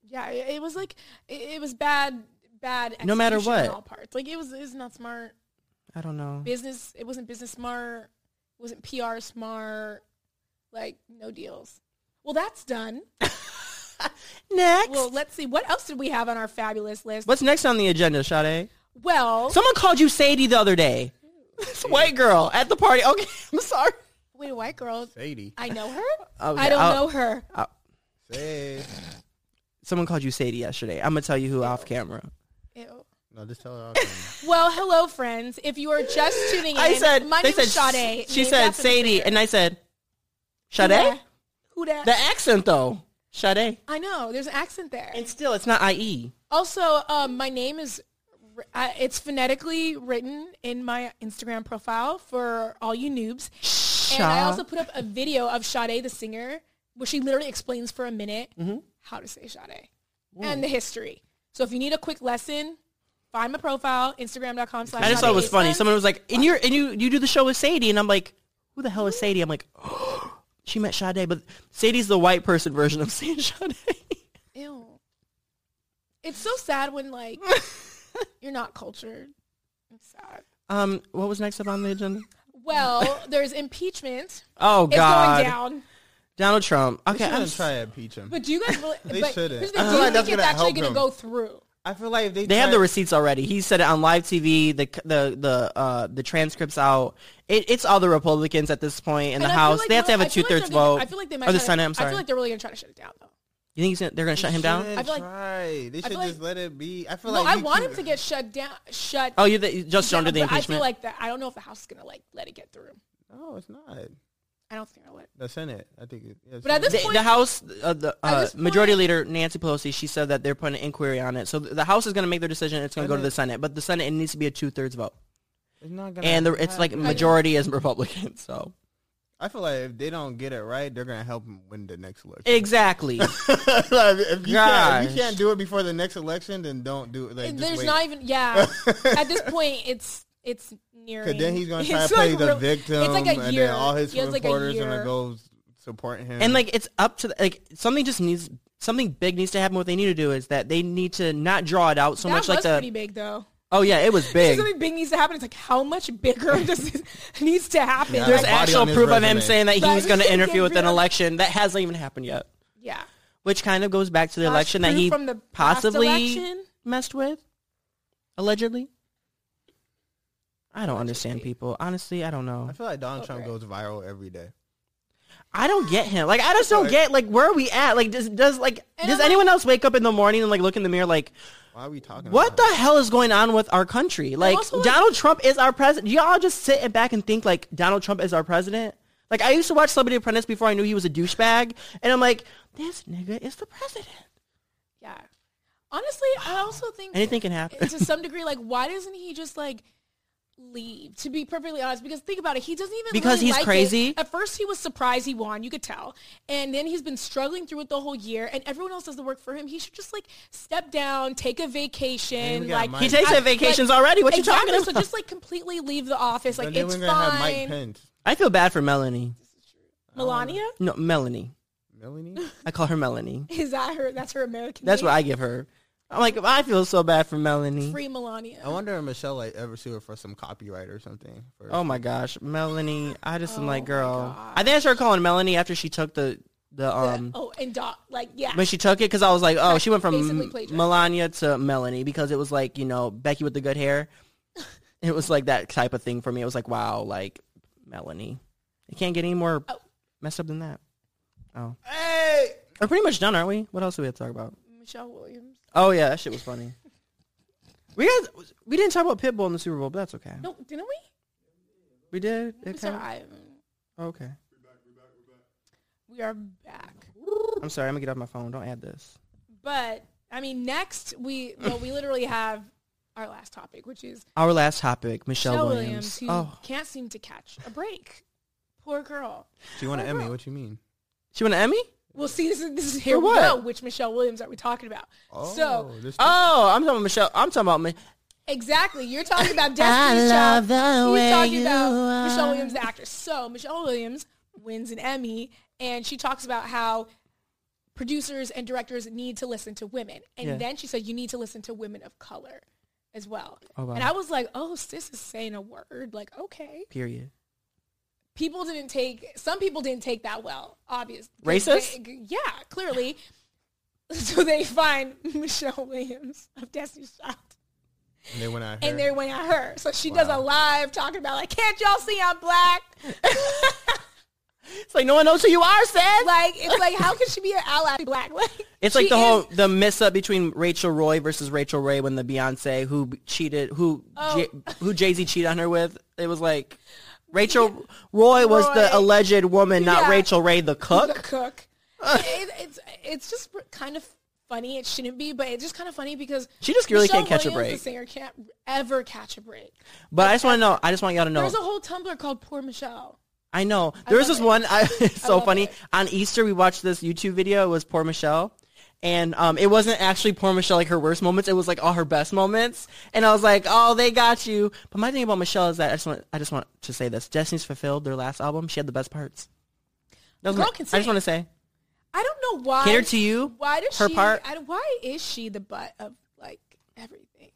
Yeah, it it was like it, it was bad bad No matter execution on what. all parts. Like it was it was not smart. I don't know. business it wasn't business smart it wasn't pr smart like no deals well that's done Next. well let's see what else did we have on our fabulous list What's next on the agenda, Sade? well Someone called you Sadie the other day. This white girl at the party. Okay, [laughs] I'm sorry. wait a white girl Sadie. i know her [laughs] Okay, i don't I'll- know her Say. Someone called you Sadie yesterday. I'm gonna tell you who off camera. Ew. No, just tell her. [laughs] I'll come. well hello friends if you are just tuning in I said. my they name is said. Sade. She named said after the Sadie, singer. and I said Who Sade. dat? who that The accent though, Sade. i know there's an accent there And still, it's not E. IE. Also, um, my name is uh, it's phonetically written in my Instagram profile for all you noobs. And I also put up a video of Sade the singer where she literally explains for a minute how to say Sade and the history. So if you need a quick lesson, find my profile, Instagram.com slash I just thought it was Sade funny. Islam. Someone was like, "And you and you you do the show with Sadie," and I'm like, "Who the hell is Sadie?" I'm like, [gasps] "She met Sade, but Sadie's the white person version of [laughs] saying Sade." Ew. It's so sad when like you're not cultured. It's sad. um, what was next up on the agenda? [laughs] Well, there's impeachment. Oh It's God, going down. Donald Trump. Okay, I'm I'm gonna s- try to impeach him. But do you guys really? They but shouldn't. here's the I thing, feel do you like think that's it's gonna actually help going to them. go through? I feel like if they They have try- the receipts already. He said it on live TV. The the the uh, the transcripts out. It, it's all the Republicans at this point in And the I feel House. like they have to have they'll- a I feel two like thirds they're gonna- vote. I feel like they might. Or the try to- Senate. I'm sorry. I feel like they're really going to try to shut it down though. you think he's gonna, they're going to shut him down? Shouldn't I feel like- try. They should feel like- just let it be. I feel No, like I you want keep- him to get shut down. Shut. Oh, you th- just down, under the but I feel impeachment. like that. I don't know if the House is going to like let it get through. No, it's not I don't think they'll let. the Senate. I think. It, yeah, But at Senate. this the, point, the House, uh, the At uh, this point- Majority Leader Nancy Pelosi, she said that they're putting an inquiry on it. So th- the House is going to make their decision. It's going to go to the Senate, but the Senate it needs to be a two thirds vote, it's not gonna and the, it's like happen. majority is Republican. So I feel like if they don't get it right, they're gonna help him win the next election. [laughs] [laughs] exactly. Like, if, you can't, if Gosh. you can't do it before the next election, then don't do it. Like, just there's wait. not even. [laughs] Yeah. at this point, it's it's near. 'Cause then he's gonna It's try [laughs] to play like the real- victim, It's like a and year. then all his He has, like, a reporters gonna year. go s- support him. And like it's up to the, like something just needs something big needs to happen. What they need to do is that they need to not draw it out so that much. was Like the pretty big though. oh yeah, it was big. Something big needs to happen. It's like how much bigger [laughs] does this needs to happen? Yeah. There's Body actual on his proof of him resume. saying that Right. he's going to interfere Yeah, with an really. election that hasn't even happened yet, yeah. which kind of goes back to the Gosh, election that proof he from the past possibly election? messed with, allegedly. I don't understand people. Honestly, I don't know. I feel like Donald Trump Over goes viral every day. I don't get him. Like I just don't get like where are we at? Like does does like And does I'm anyone else wake up in the morning and like look in the mirror like Why are we talking? What about the hell is going on with our country? Like also, like- Donald Trump is our president. Y'all just sit and back and think like Donald Trump is our president. Like I used to watch Celebrity Apprentice before I knew he was a douchebag, and I'm like, this nigga is the president. Yeah. Honestly, I also think Anything can happen. to some degree, like, why doesn't he just like leave? To be perfectly honest, because think about it, he doesn't even Because really he's like it. crazy? At first, he was surprised he won, you could tell, and then he's been struggling through it the whole year, and everyone else does the work for him. He should just like step down, take a Man, vacation, we got like Mike [laughs] He takes I- that vacations like- already. What you Exactly, talking about? So just like completely leave the office. Like But then it's we're gonna have Mike fine. Pence, I feel bad for Melanie. Melania No, Melanie. Melanie. [laughs] I call her Melanie. is that her? That's her American. That's name? what I give her. I'm like, I feel so bad for Melanie. Free Melania. I wonder if Michelle like ever sued her for some copyright or something. For, Oh my gosh, Melanie! I just am Oh like, my girl. gosh. I think I started calling Melanie after she took the the um oh, and Doc, like yeah, when she took it because I was like, oh, she went Basically from plagiarized. Melania to Melanie because it was like you know Becky with the [laughs] good hair. It was like that type of thing for me. It was like, wow, like Melanie. It can't get any more Oh. messed up than that. Oh. Hey, We're pretty much done, aren't we? What else do we have to talk about? Michelle Williams. Oh yeah, that shit [laughs] was funny. We had we didn't talk about Pitbull in the Super Bowl, but that's okay. No, didn't we? We did. It Sorry, kinda- Oh, I- okay. we are back. I'm sorry. I'm gonna get off my phone. Don't add this. But I mean, next we well, we literally have our last topic, which is Our last topic, Michelle, Michelle Williams. Williams, who Oh, can't seem to catch a break. Poor girl. she won an Oh, Emmy. girl. What you mean? she won an Emmy. Well, see, this is this is here we what? go. Which Michelle Williams are we talking about? Oh, So uh, this Oh, I'm talking about Michelle. I'm talking about me. Exactly. You're talking [laughs] about Destiny's love Child. the way He's talking you about are. Michelle Williams, the actress. So Michelle Williams wins an Emmy, and she talks about how producers and directors need to listen to women. And Yeah. then she said, you need to listen to women of color as well. Oh, wow. And I was like, oh, sis is saying a word. Like, okay. Period. People didn't take, some people didn't take that well, obviously. Racist? yeah, clearly. [laughs] so they find [laughs] Michelle Williams of Destiny's Child and they went at her. and they went at her. So she does a Wow. live talking about like, can't y'all see I'm [laughs] black? It's like no one knows who you are, Seth. like it's like how could she be an ally to black? [laughs] Like It's like she the is- whole the mess up between Rachel Roy versus Rachel Ray when the Beyonce who b- cheated who Oh. J- who Jay Z cheated on her with. It was like Rachel Roy was Roy. the alleged woman, not Yeah. Rachel Ray the the [laughs] cook. cook. It- it's it's just kind of funny. It shouldn't be, but it's just kind of funny because She just really Michelle can't catch a Williams, The break. singer can't ever catch a break. But I just want to know. I just want y'all to know. There's a whole Tumblr called Poor Michelle. I know. There was love this it. one. I, [laughs] it's so love funny. it. On Easter, we watched this YouTube video. It was poor Michelle. And um, it wasn't actually poor Michelle, like her worst moments. It was like all her best moments. And I was like, oh, they got you. But my thing about Michelle is that I just want, I just want to say this. Destiny's Fulfilled, their last album, she had the best parts. That was Girl my- can I just sing. want to say, I don't know why. Cater to you, Why does her she? part. I, don't- why is she the butt of like everything?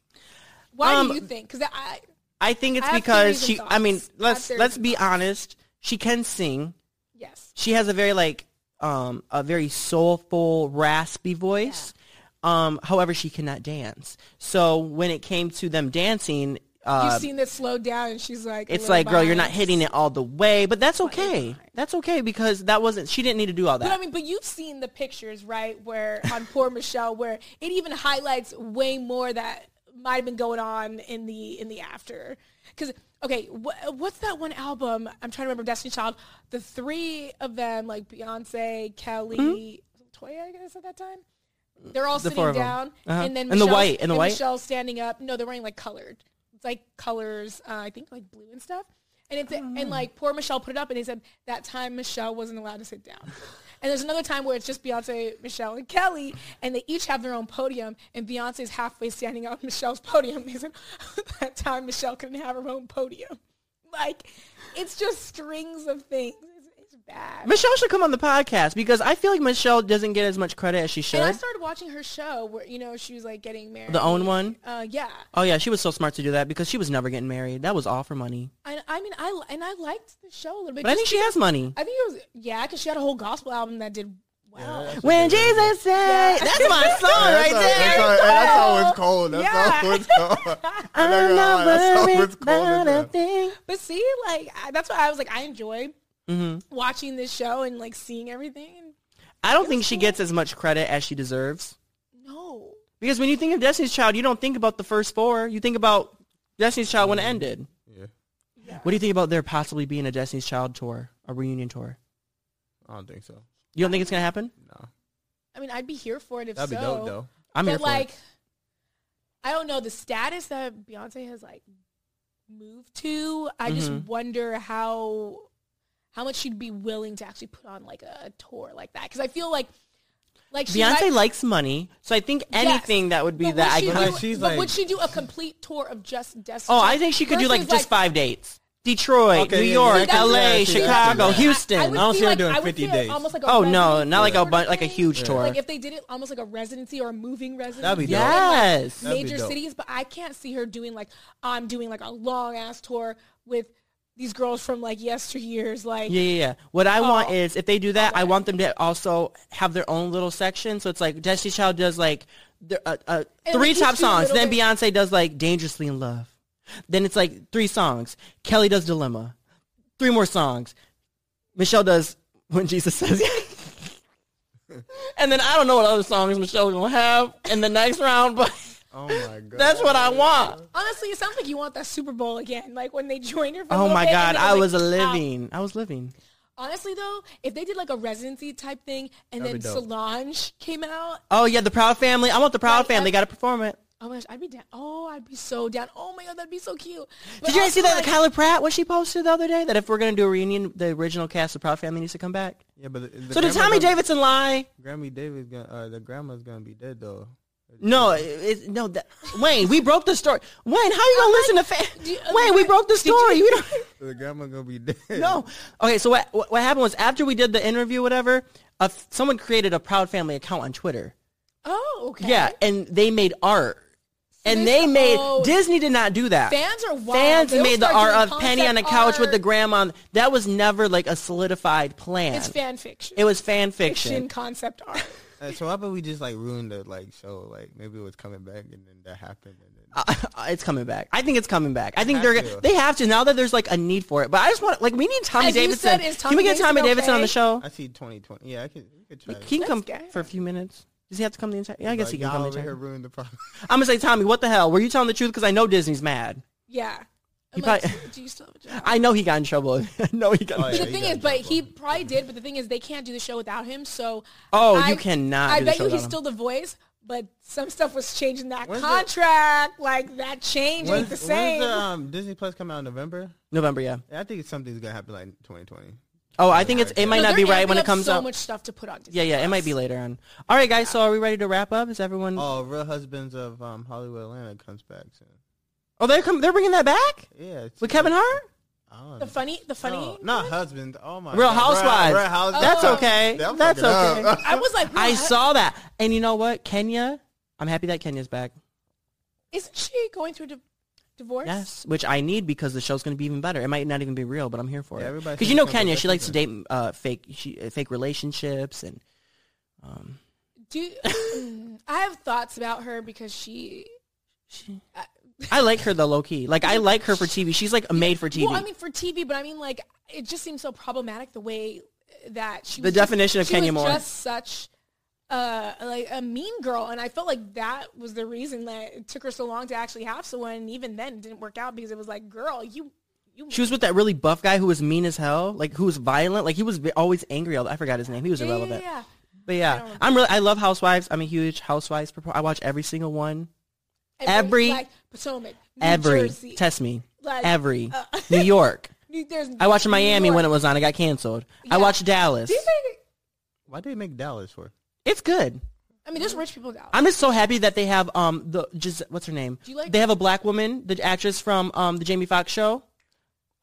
Why Um, do you think? Because I I think it's I have because theories she, and I mean, thoughts. I have let's, theories let's and be honest. She can sing. yes, she has a very like um a very soulful raspy voice um however she cannot dance so when it came to them dancing uh you've seen this slowed down, and she's like, a it's little like girl you're not behind. hitting it all the way but that's it's okay fine. that's okay because that wasn't she didn't need to do all But I that mean, but you've seen the pictures, right? Where [laughs] on poor Michelle, where it even highlights way more that might have been going on in the in the after. Because okay, wh- what's that one album? I'm trying to remember. Destiny Child. The three of them, like Beyonce, Kelly, Hmm? Toya, I guess at that time. They're all The four sitting of down, 'em. Uh-huh. and then And the Michelle's- white, and the white? Michelle's standing up. No, they're wearing like colored. It's like colors. Uh, I think like blue and stuff. And it's Oh. and like poor Michelle put it up, and they said that time Michelle wasn't allowed to sit down. And there's another time where it's just Beyonce, Michelle, and Kelly, and they each have their own podium, and Beyonce's halfway standing on [laughs] Michelle's podium. They said [laughs] that time Michelle couldn't have her own podium. Like, it's just strings of things. It's, it's bad. michelle should come on the podcast because i feel like michelle doesn't get as much credit as she And I should started watching her show where you know she was like getting married. the own one Uh, yeah, Oh yeah, she was so smart to do that because she was never getting married. That was all for money. I, I mean I li- and I liked the show a little bit. But I just think she has money. be- I think it was yeah because she had a whole gospel album that did wow. that's When a good one. Jesus said, [laughs] Yeah. that's my song [laughs] right that's, there. All, that's, all, that's always cold. That's Yeah. always [laughs] cold. [laughs] I'm not gonna lie, that's always cold. as hell. thing. But see, like I, that's why I was like I enjoy Mm-hmm. watching this show and like seeing everything. And I don't think she gets as much credit as she deserves. no, Because when you think of Destiny's Child, you don't think about the first four. You think about Destiny's Child when it ended. Yeah, What do you think about there possibly being a Destiny's Child tour, a reunion tour? I don't think so. You don't think it's gonna happen? No, I mean I'd be here for it if that'd so. be dope though. I'm here but for like, it. I don't know the status that Beyonce has like moved to. I just Mm-hmm. wonder how how much she'd be willing to actually put on like a tour like that because I feel like like she Beyonce might- likes money, so I think anything that would be But that. I would she could- But do, she's but like- would she do a complete tour of just Destiny? oh, I think she could do like just five dates. Detroit, Okay, New yeah, York, yeah, I can- LA, I see that, I see Chicago, that. Houston. would I don't see see her like- doing I would 50 see, like, days. Almost like a Oh, no, residency not like a sort of bun- like a thing. huge tour. Like if they did it almost like a residency or a moving residency. That'd be dope. Yes. in, That'd like, be major dope. cities, but I can't see her doing like I'm doing like a long ass tour with these girls from like yesteryears. Like Yeah, yeah, yeah. What I want Oh. is if they do that, I want them to also have their own little section. So it's like Destiny's Child does like the, uh, uh, And three each top do songs. little Then bit- Beyonce does like Dangerously in Love. Then it's like three songs. Kelly does Dilemma. Three more songs. Michelle does When Jesus Says Yes. [laughs] and then I don't know what other songs Michelle will have in the next round, but [laughs] [laughs] Oh my god. that's what I want. honestly, it sounds like you want that Super Bowl again. Like when they joined her. For a Oh little my bit God, and then, I like, was a out. living. I was living. Honestly though, if they did like a residency type thing and That'd be then dope. Solange came out, Oh yeah, the Proud Family. I want the Proud Right, Family. I- Got to perform it. oh my gosh, I'd be down. Oh, I'd be so down. Oh my god, that'd be so cute. But Did you guys see also, that like- Kyla Pratt what she posted the other day? That if we're gonna do a reunion, the original cast of Proud Family needs to come back. Yeah, but the, the so did grandma Tommy gonna- Davidson lie? Grammy Davis gonna uh, the grandma's gonna be dead though. No, it, it- no. That, Wayne, we broke the story. Wayne, how you gonna listen to? Fa- do you- Wayne, we broke the story. You, don't. The grandma gonna be [laughs] dead. No. Okay, so what what what happened was after we did the interview, whatever, uh, someone created a Proud Family account on Twitter. Oh, okay. Yeah, and they made art. And they This- made oh. Disney did not do that. Fans are wild. Fans They'll made the start art doing of Penny on a concept couch with the art. grandma. That was never like a solidified plan. It's fan fiction. It was fan fiction [laughs] fiction. concept [laughs] art. Uh, so how about we just like ruin the like show? Like maybe it was coming back and then that happened. And then, uh, it's coming back. I think it's coming back. I think Have they're to. gonna they have to now that there's like a need for it. But I just want like we need Tommy As you said, Davidson. is Can Tommy we get Tommy Davidson Davidson on okay? the show? I see 2020. Yeah, I can. We could try. He he can come guy. for a few minutes. Does he have to come the entire? Yeah, I guess Like, he can y'all come the over entire. here ruined the problem. [laughs] I'm gonna say Tommy, what the hell? Were you telling the truth? Because I know Disney's mad. Yeah. I'm You like, probably- do you still have a job? I know he got in trouble. [laughs] I know he got. in Oh, But [laughs] yeah, the he thing got is, a but job he probably did. But the thing is, they can't do the show without him. So Oh, I- you cannot I do the bet show you he's without him. still the voice, but some stuff was changed in that When's the- contract. like that change ain't the same. When's the, um, Disney Plus come out in November? November, yeah. Yeah, I think something's gonna happen like 2020. Oh, I think it's it might No, not be they're right when amping it up comes so up. much stuff to put on. Disney yeah, yeah, it might be later on. All right, guys. So are we ready to wrap up? Is everyone? Oh, Oh, Real Husbands of um, Hollywood Atlanta comes back soon. oh, they're com- they're bringing that back Yeah, it's- with Kevin Hart. I don't The know. funny, the funny. No, not husband. Oh my. Real God. Housewives. Real, Real Housewives. That's okay. Yeah, I'm That's fucking okay. up. I was like, [laughs] I what? saw that, and you know what, Kenya? I'm happy that Kenya's back. Isn't she going through a di- divorce? Yes, which I need because the show's going to be even better. It might not even be real, but I'm here for Yeah, it. everybody Because thinks you know Kenya's Kenya, she likes to date uh, fake she, uh, fake relationships, and Do Mm, I have thoughts about her because she. I like her though, low key. Like I like her for TV. She's like a made for TV. Well, I mean for TV, but I mean like it just seems so problematic the way that she. The was just- definition of she Kenya was Moore. Just such. Uh, like a mean girl, and I felt like that was the reason that it took her so long to actually have someone. And even then, it didn't work out because it was like, girl, you, you. she was with that really buff guy who was mean as hell, like who was violent, like he was always angry. all the- I forgot his name. He was yeah, yeah, yeah, irrelevant. yeah. But yeah, don't- I'm really I love Housewives. I'm a huge Housewives. Propo- I watch every single one. Every- like Potomac, New every Jersey, test me. Like, uh, every [laughs] New York. New- there's I watched New Miami York. when it was on. It got canceled. Yeah. I watched Dallas. Do you think- Why did they make Dallas for? It's good. I mean, there's rich people now. I'm just so happy that they have um the just what's her name? Do you like- they have a black woman, the actress from um the Jamie Foxx show.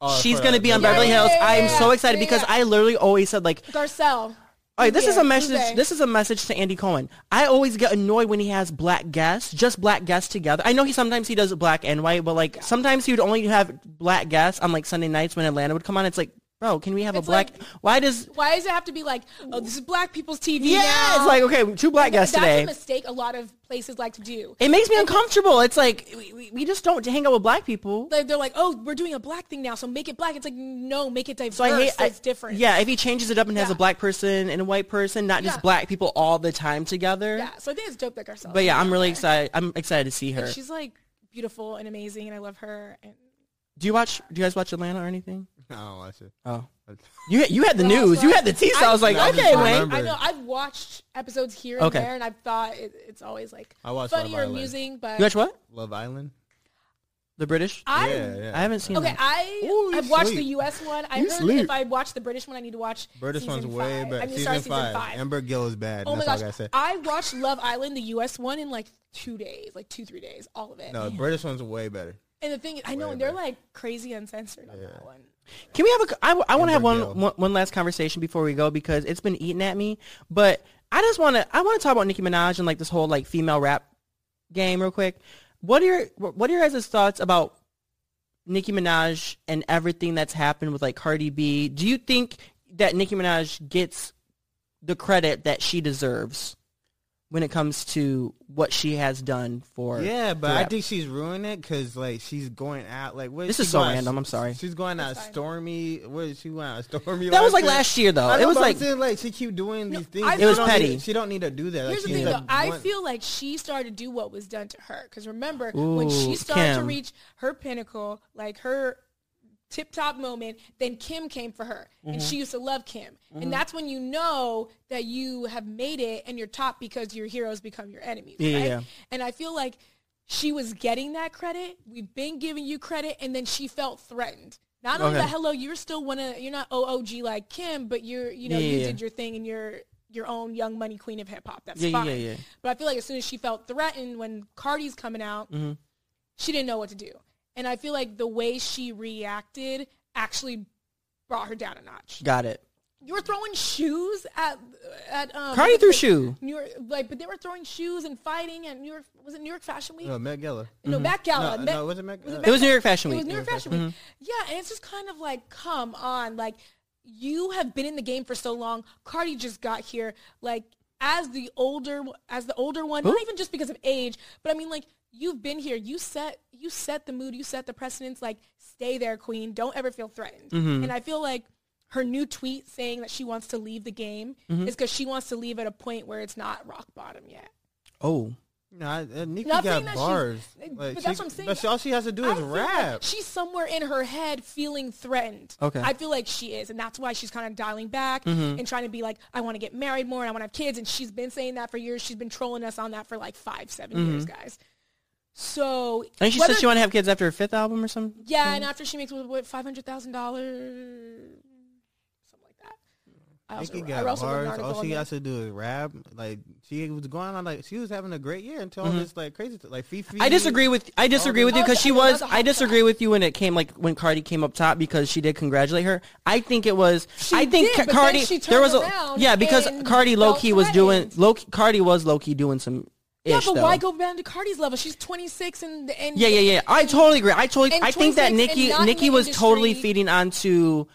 Oh, She's for gonna the- be on the- Beverly yeah, Hills. yeah, I am yeah, so excited yeah, because yeah. I literally always said like, Garcelle. all right, this is a Yeah, message. Lupe. This is a message to Andy Cohen. I always get annoyed when he has black guests, just black guests together. I know he sometimes he does black and white, but like sometimes he would only have black guests on like Sunday nights when Atlanta would come on. It's like, bro, can we have a It's black? like- why does Why does it have to be like, oh, this is black people's TV? Yeah, now? it's like okay, two black guests that's today. a mistake a lot of places like to do. it makes me uncomfortable. It's like we, we- we just don't hang out with black people. Like, they're like, oh, we're doing a black thing now, so make it black. It's like, no, make it diverse. So I hate. I- it's different. Yeah, if he changes it up and has Yeah. a black person and a white person, not just Yeah. black people all the time together. yeah. So I think it's dope that Garcelle. But yeah, I'm really excited. I'm excited to see her. she's like beautiful and amazing, and I love her. And Do you watch? Do you guys watch Atlanta or anything? I don't watch it. Oh, I- you you had the The news. You had the Housewives. tea. So I was like, No, I just okay, Wayne. remember. I know I've watched episodes here and Okay. there, and I've thought it, it's always like I watched funny Love or Island. amusing. But You watch what? Love Island. The British? I yeah, yeah. I haven't seen. Okay, that. I Ooh, you I've watched the sleep. U.S. one. I Mm. You heard sleep. if I watch the British one, I need to watch British season one's way five. better. I mean, season, sorry, five. Amber Gill is bad. oh my gosh, That's all I gotta say. I watched Love Island, the U.S. one, in like two days, like two three days, all of it. No, British one's way better. And the thing, I know, and they're like crazy uncensored on Yeah. that one. Can we have a? I, want to have one, Gail. one one last conversation before we go because it's been eating at me. But I just want to. I want to talk about Nicki Minaj and like this whole like female rap game real quick. What are your What are your guys' thoughts about Nicki Minaj and everything that's happened with like Cardi B? Do you think that Nicki Minaj gets the credit that she deserves when it comes to what she has done for? Yeah, but for I rap? think she's ruined it because like she's going out like what This she is so going out- random, I'm sorry. She's going out fine. stormy. What is she going out stormy? that was like year? last year though. I It know, was but I'm like saying, like she keep doing No, these things. I She feel was don't petty. need- she don't need to do that. Like, Here's the she thing, needs though. to I want- feel like she started to do what was done to her. Because remember, when Ooh, she started to Kim. reach her pinnacle, like her tip top moment, then Kim came for her, and Mm-hmm. she used to love Kim, and that's when you know that you have made it and you're top because your heroes become your enemies. Yeah, right? yeah. And I feel like she was getting that credit. We've been giving you credit, and then she felt threatened. Not only Okay. that, hello, you're still one of you're not OOG like Kim, but you're you know Yeah, you yeah, yeah. did your thing and you're your own young money queen of hip hop. That's Yeah, yeah, fine. yeah, yeah. But I feel like as soon as she felt threatened when Cardi's coming out, Mm-hmm. she didn't know what to do. And I feel like the way she reacted actually brought her down a notch. got it. You were throwing shoes at at um, Cardi threw shoe. New York, like, but they were throwing shoes and fighting at New York. Was it New York Fashion Week? No, Oh, Met Gala. No, Met Gala. No, Met- no, was it Met Gala? Mm-hmm. It was New York Fashion it Week. was New York Fashion Week. Yeah, and it's just kind of like, come on, like you have been in the game for so long. Cardi just got here, like as the older, as the older one, not even just because of age, but I mean, like you've been here. You set, you set the mood. You set the precedence. Like, stay there, queen. Don't ever feel threatened. And I feel like her new tweet saying that she wants to leave the game is because she wants to leave at a point where it's not rock bottom yet. Oh. No, I- uh, Nicki Not saying that got she's- bars. but Like, that's she- what I'm saying. But she, all she has to do I is feel like rap. she's somewhere in her head feeling threatened. Okay. Mm-hmm. I feel like she is, and that's why she's kind of dialing back and trying to be like, I want to get married more and I want to have kids. And she's been saying that for years. She's been trolling us on that for like five, seven years, guys. So I think Mm-hmm. she whether- said she Mm-hmm. want to have kids after her fifth album or something. yeah, and after she makes what, what five hundred thousand dollars, something like that. I also, Nicki I got also wrote an bars. article All on she that. has to do is rap. Like she was going on like she was having a great year until Mm-hmm. all this like crazy stuff. like Fifi. I disagree with I disagree with you because Oh, she yeah, that was was a I hot disagree shot. with you when it came like when Cardi came up top because she did congratulate her. I think it was She I think did, Ca- but then Cardi she there was turned a around yeah because and Cardi felt low key was doing threatened. low Cardi was low key doing some yeah, ish but though. why go down to Cardi's level? She's twenty six and and yeah, yeah, yeah. I totally agree. I totally And I think 26 that and Nikki not in Nikki the was totally industry. feeding onto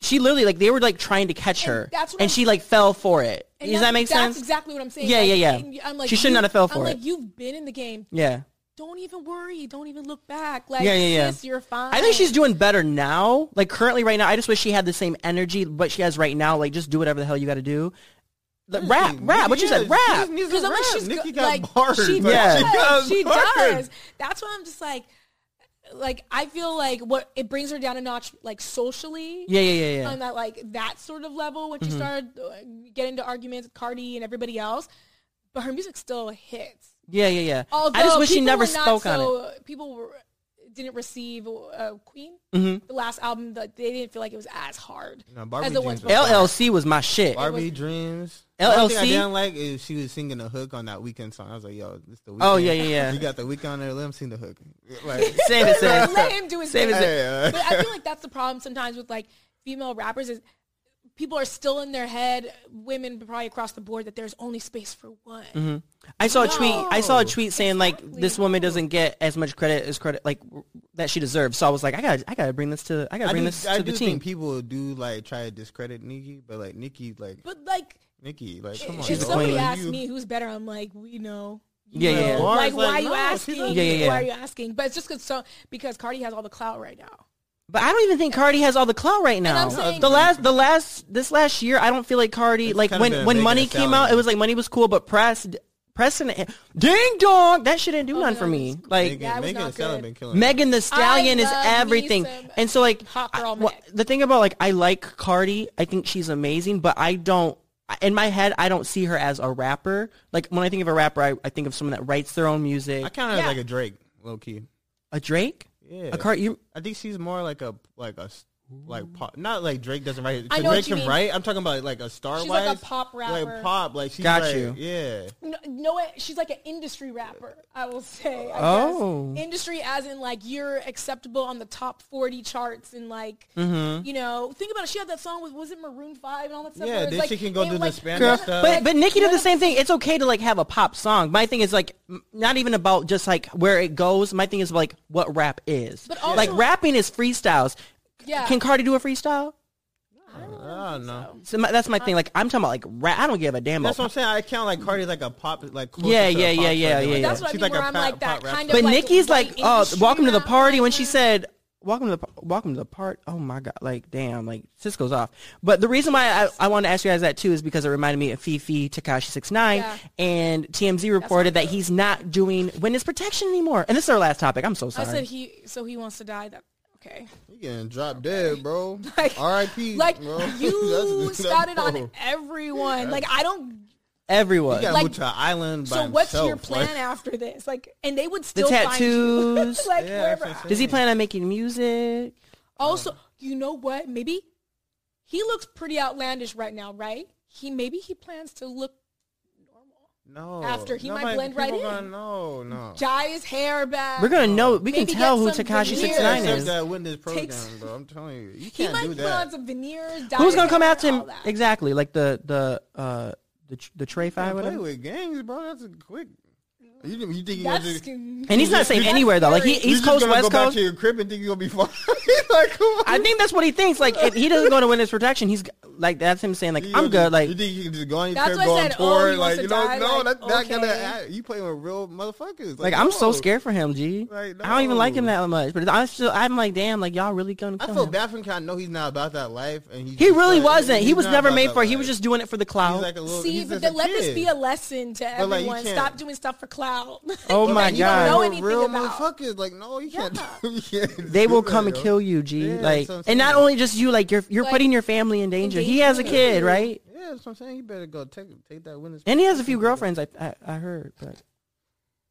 she literally like they were like trying to catch And her that's what and I'm- she like fell for it. And Does that's- that make sense? That's exactly what I'm saying. Yeah, Like, yeah, yeah. and I'm like, She should not have fell I'm for it. Like you've been in the game. Yeah. Don't even worry. Don't even look back. Like, Yeah, yeah, yeah. sis, you're fine. I think she's doing better now. Like currently, right now, I just wish she had the same energy what she has right now. Like just do whatever the hell you got to do. The rap, rap. What you said, rap. because I'm like, she's Nikki go- got like, [laughs] bars. She like, Yeah. does. She, got bars. does. That's why I'm just like, like I feel like what it brings her down a notch, like socially. Yeah, Mm-hmm. yeah, yeah, yeah. On that like that sort of level when she started uh, getting into arguments with Cardi and everybody else, but her music still hits. Yeah, yeah, yeah. Although I just wish she people never were not spoke on it. so, People were, didn't receive uh, Queen, Mm-hmm. the last album. That they didn't feel like it was as [laughs] hard No, Barbie as the Jeans ones was before. LLC was my shit. [laughs] Barbie was- Dreams. LLC? One thing I didn't like is she was singing the hook on that weekend song. I was like, yo, this the weekend. Oh, yeah, yeah, [laughs] yeah. You got the weekend on there. Let him sing the hook. Like, Save it, save it. Let him do his Save thing. his- yeah. [laughs] But I feel like that's the problem sometimes with like female rappers is people are still in their head, women probably across the board, that there's only space for one. Mm-hmm. I saw a tweet. I saw a No. tweet saying like this woman doesn't get as much credit as credit like that she deserves. So I was like, I got, to I got to bring this to, I got to I bring do, this I to the do team. think people do like try to discredit Nikki, but like Nikki, like But like, Nikki, like come on, if She's a dog. somebody queen. asked You- me who's better, I'm like, we know. Yeah, yeah, yeah. Bars, Like, why like, you no, she asking? doesn't. Yeah, yeah, yeah. Why are you asking? But it's just because so, because Cardi has all the clout right now. But I don't even think Cardi has all the clout right now. I'm saying- the last, the last, this last year, I don't feel like Cardi. It's like kind of been a when when making money and came selling. out, it was like money was cool, but press, pressing, ding dong, that shit didn't do nothing no, for me. it's cool. Like Megan, Oh, That was Megan not and Stella good. been killing. it. Megan the Stallion is love me everything. some And so like hot girl I- wha- Meg. the thing about like I like Cardi, I think she's amazing, but I don't in my head I don't see her as a rapper. Like when I think of a rapper, I, I think of someone that writes their own music. I kind of Yeah. like a Drake, low key. a Drake? Yeah, A Cardi you I think she's more like a like a s- like pop, not like Drake doesn't write. it. I 'Cause know what Drake you can mean. write. I'm talking about like a star. She's like a pop rapper. Like pop. Like she's Got like- you. Yeah. No, no, what? she's like an industry rapper. I will say. I Oh. guess. industry as in like you're acceptable on the top forty charts and like Mm-hmm. you know think about it. She had that song with was it Maroon Five and all that stuff. Yeah, where it's then like- she can go and, do the like, Spanish none Girl, of- stuff. but but Nikki did none the of- same thing. It's okay to like have a pop song. My thing is like m- not even about just like where it goes. My thing is like what rap is. But also- like rapping is freestyles. Yeah. Can Cardi do a freestyle? I don't know. So my, that's my Uh, thing. Like I'm talking about like rap. I don't give a damn about. That's what I'm saying. I count like Cardi like a pop. Like closer Yeah, to yeah, a pop yeah, yeah, star than, yeah, like, yeah. That's what I mean, where I'm like rap- that pop rap kind star. of but like, Nikki's like, white oh, industry welcome to the rap, party when she like- said, welcome to the welcome to the part. Oh my god, like damn, like Cisco's off. But the reason why I, I want to ask you guys that too is because it reminded me of Fifi Takashi six nine Yeah. and TMZ reported that he's not doing witness protection anymore. And this is our last topic. I'm so I sorry. said he. So he wants to die. That okay. You getting dropped dead, bro. [laughs] Like- R.I.P. Like bro. you [laughs] That's- that's- spouted on bro. everyone. Like I don't. Everyone, He gotta Like- move to an island by So what's your himself, like- plan after this? Like, and they would the still find you. [laughs] tattoos. like Yeah, wherever. that's what I'm Does he plan on making music? Also, you know what? Maybe he looks pretty outlandish right now, right? He maybe he plans to look No. After, he might Nobody- blend right people in. Gonna, no, no. dye his hair back. We're gonna know. We Uh, Maybe can tell get who some Takashi veneers. six nine Except is. that witness program, Takes- bro. I'm telling you, you he can't might do put that. on some veneers. Dye Who's his gonna come hair, after him? all that. Exactly, like the the uh the the Trey five, Play whatever. with games, bro. That's a quick. You, you think you're That's just, And he's not that's saying anywhere though. Like he, scary. you East just Coast, gonna West go back Coast. to your crib and think you're gonna be fine? like, come on. I think that's what he thinks. Like if he doesn't go to witness protection, he's like that's him saying like You I'm gonna good. just- Like you think you can just go on your That's crib, why I go on said, oh, tour, he like wants you to know, die, no, like, that's not gonna. okay. happen. You playing with real motherfuckers. like I'm so no. scared for him, G. Like, I don't even like him no. that much. But I'm still I'm like damn, like y'all really gonna I kill feel him. bad for him. 'cause I know he's not about that life, and He just really like- wasn't. He he's was not never about made that for. it. He life. was just doing it for the cloud. He's like a little. See, he's but just then a let this kid. be a lesson to But, like, you everyone. can't- Stop doing stuff for clout. [laughs] Oh that my you God. don't know Real- anything real about. motherfuckers. Like, no, you can't. Yeah. do- you can't they do will that, come and yo. kill you, Yeah, G. that's like, what I'm and not saying. only just you, like you're you're Like, putting your family in danger. He has a endanger. kid, right? Yeah, that's what I'm saying. You better go take take that witness. And he has a few girlfriends. I I, I heard, but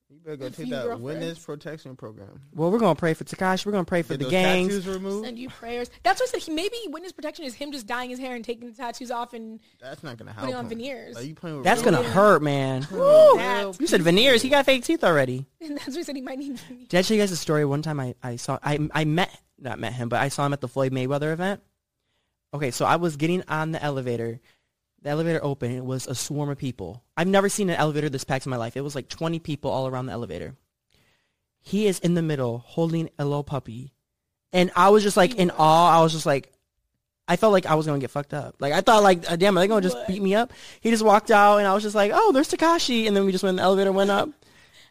You better go A few take that girlfriends. witness protection program. well, we're gonna pray for Takashi. We're gonna pray for Get the those gangs. tattoos removed. Send you prayers. That's why I said he, maybe witness protection is him just dyeing his hair and taking the tattows off and That's not gonna help. Putting on him. veneers. Are you playing with That's real gonna people? [laughs] hurt, man. Woo! You said veneers. He got fake teeth already. [laughs] And that's why I said he might need. veneers. Did I tell you guys a story? One time I, I saw, I, I met, not met him, but I saw him at the Floyd Mayweather event. Okay, so I was getting on the elevator. The elevator opened. It was a swarm of people. I've never seen an elevator this packed in my life. It was like 20 people all around the elevator. He is in the middle holding a little puppy. And I was just like in awe. I was just like, I felt like I was gonna get fucked up. Like I thought, like, uh, damn, are they gonna just What? beat me up? He just walked out, and I was just like, oh, there's Takashi, and then we just went in the elevator, went up.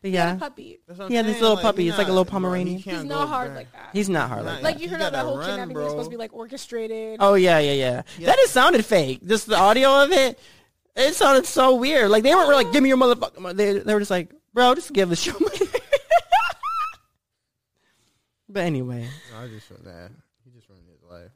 But yeah, Puppy. That's what I'm He had this saying, little like, puppy. he It's like a not- little bro, he Pomeranian. can't He's go not hard back. like that. He's not hard Nah, like yeah. that. Like you You heard about that gotta whole run, kidnapping bro. thing supposed to be like orchestrated. Oh yeah, yeah, yeah. That just sounded fake. Just the audio of it. It sounded so weird. Like they weren't like, "Give me your motherfucking." mo-" They they were just like, "Bro, just give us your money." [laughs] but anyway, No, I just showed that. He just ruined his life.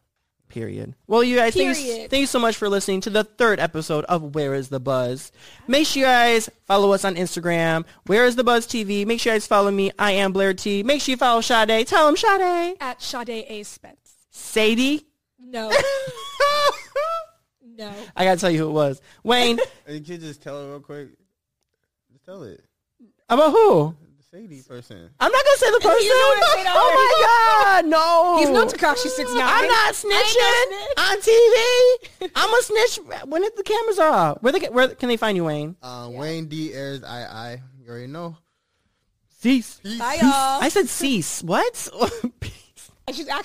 period. Well, you guys, thank you, Period. thank you so much for listening to the third episode of Where Is the Buzz. Make sure you guys follow us on Instagram. Where Is the Buzz TV? Make sure you guys follow me. I am Blair T. Make sure you follow Sade. Tell him Sade. At Sade A Spence. Sadie. [laughs] No, no. I gotta tell you who it was. Wayne. And you can just tell it real quick. Just tell it. About who? The Sadie person. I'm not gonna say the person. know what I said [laughs] oh my god, no. He's no Takashi 69. I'm not snitching on TV. I'm a snitch when it, the cameras are off. Where they get- where can they find you, Wayne? Uh, Wayne D. Ayers, I, I. You already know. Cease. Bye, y'all. I said cease. What? [laughs] And she's actually.